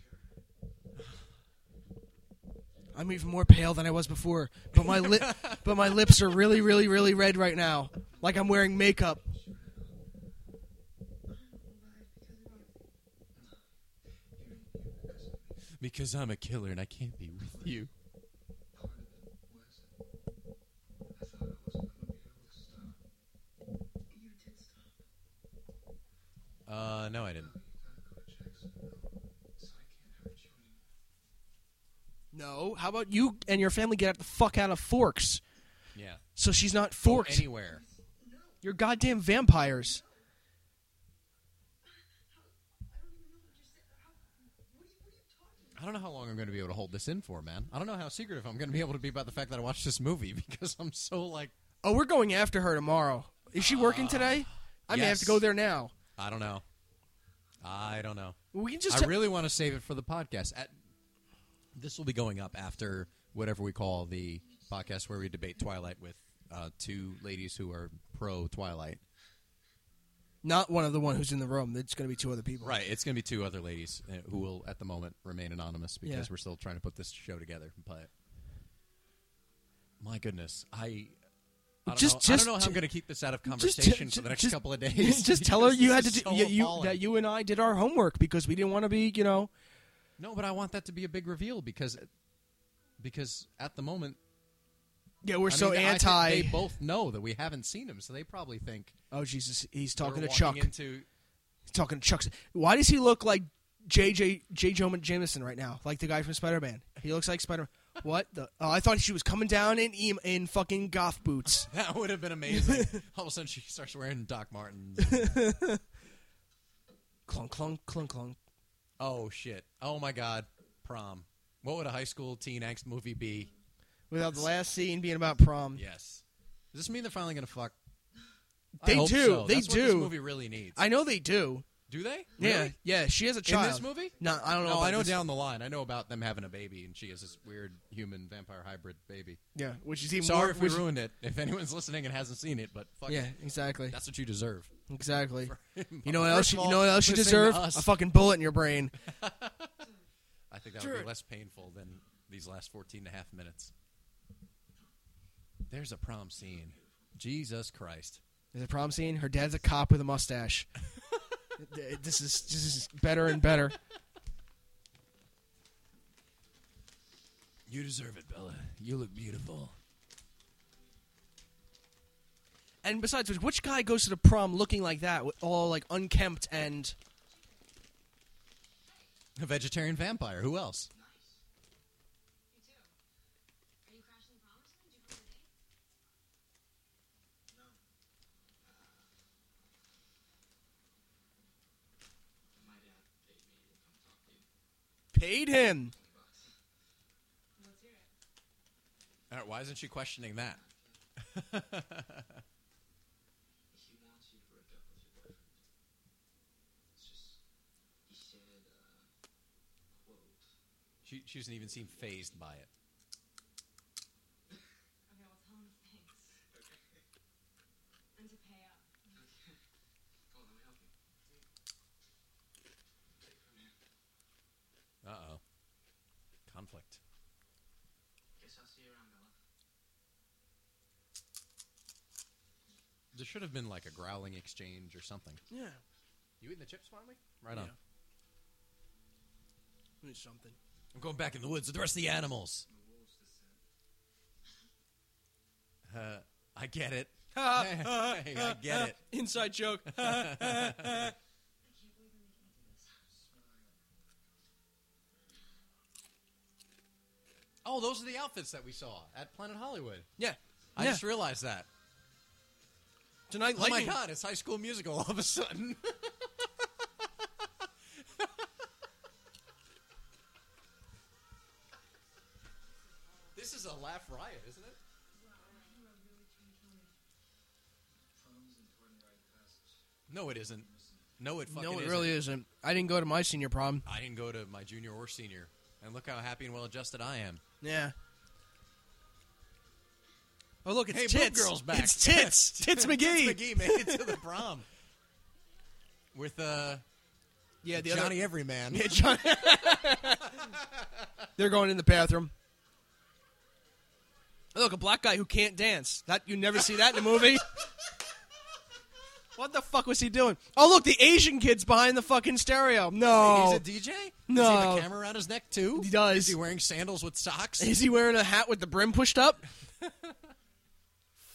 I'm even more pale than I was before, but my lip, but my lips are really, really, really red right now, like I'm wearing makeup.
Because I'm a killer and I can't be with you. Uh, no, I didn't.
No, how about you and your family get the fuck out of Forks,
Yeah.
so she's
Oh,
not forked.
Anywhere.
You're goddamn vampires.
going to be able to hold this in for, man. I don't know how secretive I'm going to be able to be about the fact that I watched this movie because I'm so like,
Oh, we're going after her tomorrow. Is she working today? I may have
Ah, yes.
to go there now.
I don't know. I don't know.
We can just.
I
te-
really want to save it for the podcast. At, this will be going up after whatever we call the podcast where we debate Twilight with uh, two ladies who are pro Twilight.
not one of the one who's in the room. It's going to be two other people.
Right. It's going to be two other ladies uh, who will, at the moment, remain anonymous because
Yeah.
we're still trying to put this show together. But my goodness, I. I don't,
Just-
know,
just
I don't know how
t-
I'm going to keep this out of
Just te-
conversation for
ju-
the next
just-
couple of days.
Just tell her
because
you
this
had to
is
do,
so
you, you,
appalling.
that you and I did our homework because we didn't want to be, you know.
No, but I want that to be a big reveal because, because at the moment
Yeah, we're
I
so
mean, I think
anti.
they both know that we haven't seen him, so they probably think
oh Jesus, he's talking
we're
to Chuck.
walking Into
He's talking to Chuck. Why does he look like JJ J. Joman Jameson right now? Like the guy from Spider Man. He looks like Spider. man What the? Oh, I thought she was coming down in em- in fucking goth boots.
that would have been amazing. All of a sudden, she starts wearing Doc Martens.
clunk clunk clunk clunk.
oh shit! Oh my god! Prom. What would a high school teen angst movie be?
Without the last scene being about prom.
Yes. Does this mean they're finally gonna fuck? I
They
hope
do.
so.
They
That's
do.
What this movie really needs.
I know they do.
do they?
Yeah,
Really?
yeah. She has a child
In this movie?
No, I don't know.
No, I
about
know
this-
down the line. I know about them having a baby, and she is this weird human vampire hybrid baby.
Yeah, which is even
Sorry
more,
if we
which-
ruined it. If anyone's listening and hasn't seen it, but fuck
Yeah,
it.
exactly,
that's what you deserve.
exactly. You
you
know what else? You, you know what else you deserve? A fucking bullet in your brain.
I think that would
Sure.
be less painful than these last 14 and a half minutes. There's a prom scene. Jesus Christ.
There's a prom scene. Her dad's a cop with a mustache. Th- this is this is better and better.
You deserve it, Bella. You look beautiful.
And besides, which, which guy goes to the prom looking like that, with all like unkempt and
A vegetarian vampire. Who else?
You too. Are you crashing the promise? Did you plan a date?
paid him?
Let's hear it.
All right, why isn't she questioning that?
He wants you to break up with your boyfriend. It's just, he said, uh, quote,
She, she doesn't even seem phased by it.
Okay, well, tell him thanks. And to pay up.
oh, let me help you. Take it from here.
Uh oh. Conflict.
Guess I'll see you around, Bella.
There should have been like a growling exchange or something.
Yeah,
You eating the chips finally? Right on.
Yeah. It was something.
I'm going back in the woods with the rest of the animals.
The wolves descend.
Uh, I get it.
Ha,
Hey,
ha,
hey, I
ha,
get
ha.
it.
Inside joke.
I can't believe we're making it through this.
Oh, those are the outfits that we saw at Planet Hollywood.
yeah,
I
Yeah.
just realized that.
tonight.
Oh my
lightning-
god, it's High School Musical all of a sudden. this is a laugh riot, isn't it?
Prom's an important rite of passage.
No, it isn't. No, it fucking
No, it
isn't.
really isn't. I didn't go to my senior prom.
I didn't go to my junior or senior, and look how happy and well adjusted I am.
Yeah. Oh look, it's
Hey, Boob
tits.
Girl's back.
It's tits. tits McGee.
McGee made it to the prom with uh,
Yeah, the
Johnny Everyman.
other. Johnny. They're going in the bathroom. Oh, Look, a black guy who can't dance. That you never see that in a movie. what the fuck was he doing? Oh look, the Asian kid's behind the fucking stereo. No,
He's a DJ? Does he have
No.
a camera around his neck, too?
He does.
Is he wearing sandals with socks?
is he wearing a hat with the brim pushed up?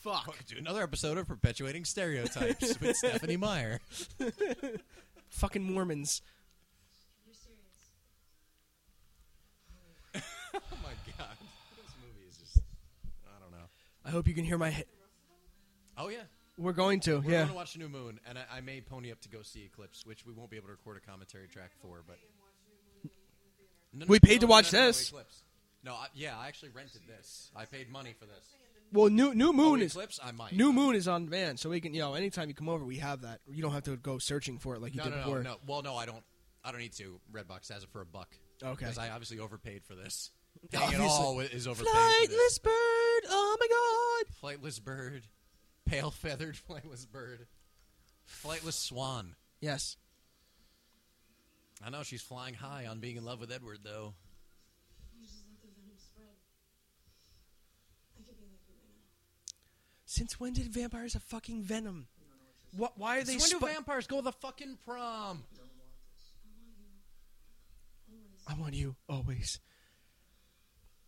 Oh,
fuck.
do another episode of Perpetuating Stereotypes with Stephanie Meyer.
Fucking Mormons.
You're serious.
Oh, my God. This movie is just... I don't know.
I hope you can hear my. He-
Oh, yeah.
We're going to.
We're
yeah.
going to watch New Moon, and I, I may pony up to go see Eclipse, which we won't be able to record a commentary track for, but... No, no,
We
no,
paid to
no,
watch
no, no, no,
this.
Eclipse. No, I, yeah, I actually rented this. I paid money for this.
Well, new new
Oh,
moon is
Eclipse? I might.
new moon is on demand, so we can you know anytime you come over, we have that. You don't have to go searching for it like you
No,
did
no, no,
before.
no. Well, no, I don't. I don't need to. Redbox has it for a buck.
Okay.
Because I obviously overpaid for this. Paying it
Obviously.
all is overpaid. For this.
bird, oh my god!
Flightless bird, pale feathered flightless bird, flightless swan.
Yes,
I know she's flying high on being in love with Edward, though.
You just let the venom spread. I could be like you right now.
Since when did vampires have fucking venom? What? Why are they?
when do
spi-
vampires go to the fucking prom?
Always.
I want you always.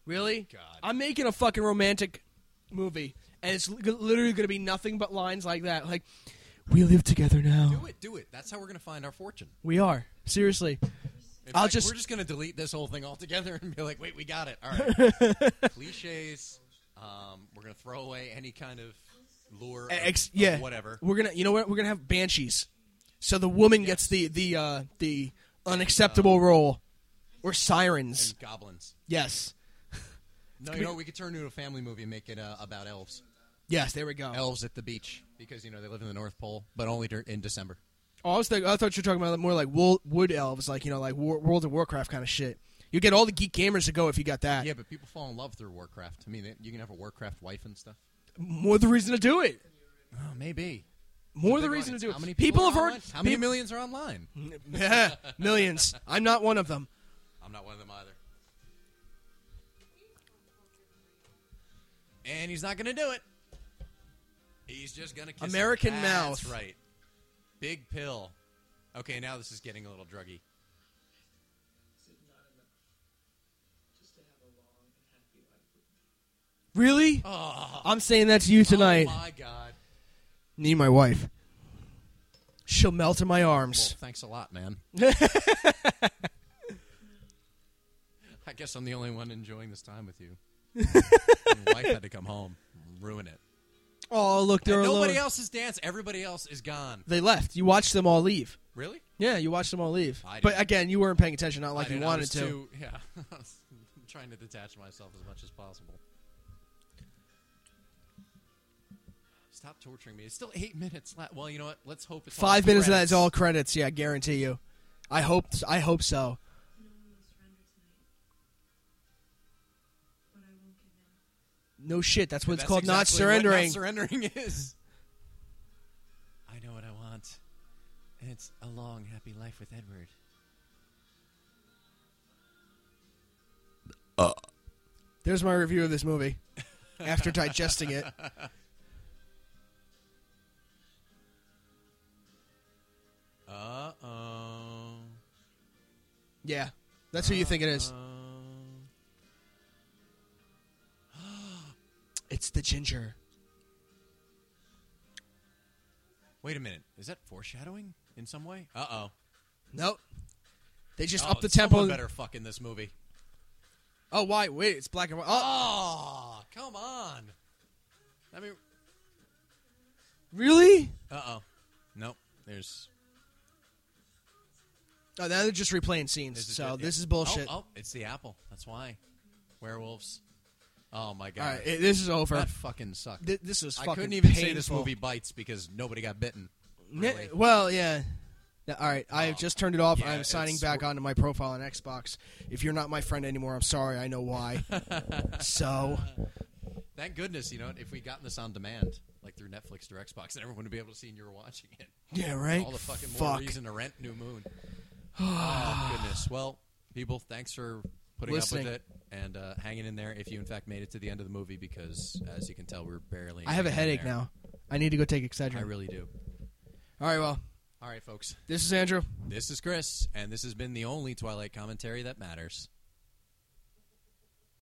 Really?
God.
I'm making a fucking romantic movie, and it's li- literally going to be nothing but lines like that. Like, we live together now.
Do it, do it. That's how we're gonna find our fortune.
We are seriously.
In
I'll
fact,
just-
we're just gonna delete this whole thing altogether and be like, wait, we got it. All right, cliches. Um, we're gonna throw away any kind of lure. of-
Eh, Ex-
of
yeah,
whatever.
We're gonna, you know what? We're gonna have banshees. So the woman gets the the uh, the unacceptable role, or sirens.
And goblins.
yes,
No, you know we could turn it into a family movie and make it uh, about elves.
yes. There we go.
Elves at the beach because you know they live in the North Pole, but only dur- in December.
Oh, I was thinking, I thought you were talking about more like wool, wood elves, like you know, like War, World of Warcraft kind of shit. You get all the geek gamers to go if you got that.
Yeah, but people fall in love through Warcraft. I mean, they- you can have a Warcraft wife and stuff.
More the reason to do it.
Oh, maybe.
More the
Big
reason to
audience.
do it.
How many
people,
are
have heard
online? How many
peop-
millions are online?
Yeah, millions. I'm not one of them.
I'm not one of them either. And he's not going to do it. He's just going to kiss him.
American
That's
mouth.
right. Big pill. Okay, now this is getting a little druggy.
Is it not enough just to have a long and happy life with me?
Really?
Oh,
I'm saying that to you tonight.
Oh my god.
Need my wife. She'll melt in my
Well,
arms.
thanks a lot, man. I guess I'm the only one enjoying this time with you. My wife had to come home, ruin it.
Oh, look, they're
And
alone.
nobody else is dancing. Everybody else is gone.
They left. You watched them all leave.
Really?
Yeah, you watched them all leave.
I
But
didn't.
again, you weren't paying attention. Not like
I
you
didn't- I
wanted
was
to.
too- yeah, I'm trying to detach myself as much as possible. Stop torturing me. It's still eight minutes. left. well, you know what? Let's hope it's all
Five minutes of that
credits.
is all credits. Yeah, I guarantee you. I hope. I hope so.
No one will surrender tonight. But I won't give in.
No shit. That's what
That's
it's called. not
exactly what
surrendering.
not surrendering is. I know what I want, and it's a long, happy life with Edward.
There's my review of this movie. After digesting it,
Uh oh.
yeah, that's who you think it is.
Uh,
It's the ginger.
Wait a minute. Is that foreshadowing in some way? Uh oh.
Nope. They just
Oh,
up the
someone
tempo.
Better fuck in this movie.
Oh, why? Wait, it's black and white. Oh,
Oh, come on. I mean,
really?
uh oh. Nope. There's.
Oh, now they're just replaying scenes.
there's a
so
good-
this
yeah.
is bullshit.
Oh, oh, it's the apple. That's why. Werewolves. Oh my
All
god.
right, it- this is over.
that fucking sucked.
Th- this was
I
fucking.
couldn't even say this
painful.
movie bites because nobody got bitten.
N-
Really.
Well, yeah. Th- All right, I have
Oh.
just turned it off.
Yeah,
I'm signing
it's-
back onto my profile on Xbox. If you're not my friend anymore, I'm sorry. I know why. so,
Thank goodness, you know, if we gotten this on demand, like through Netflix or Xbox, then everyone would be able to see and you were watching it.
yeah, right.
All the fucking more
Fuck.
reason to rent New Moon. oh goodness. Well, people, thanks for putting
Listening.
up with it and uh, hanging in there. If you in fact made it to the end of the movie, because as you can tell, we're barely.
I have a
hanging in
headache
there.
now. I need to go take Excedrin.
I really do.
All right, well,
All right, folks.
this is Andrew.
This is Chris, and this has been the only Twilight commentary that matters.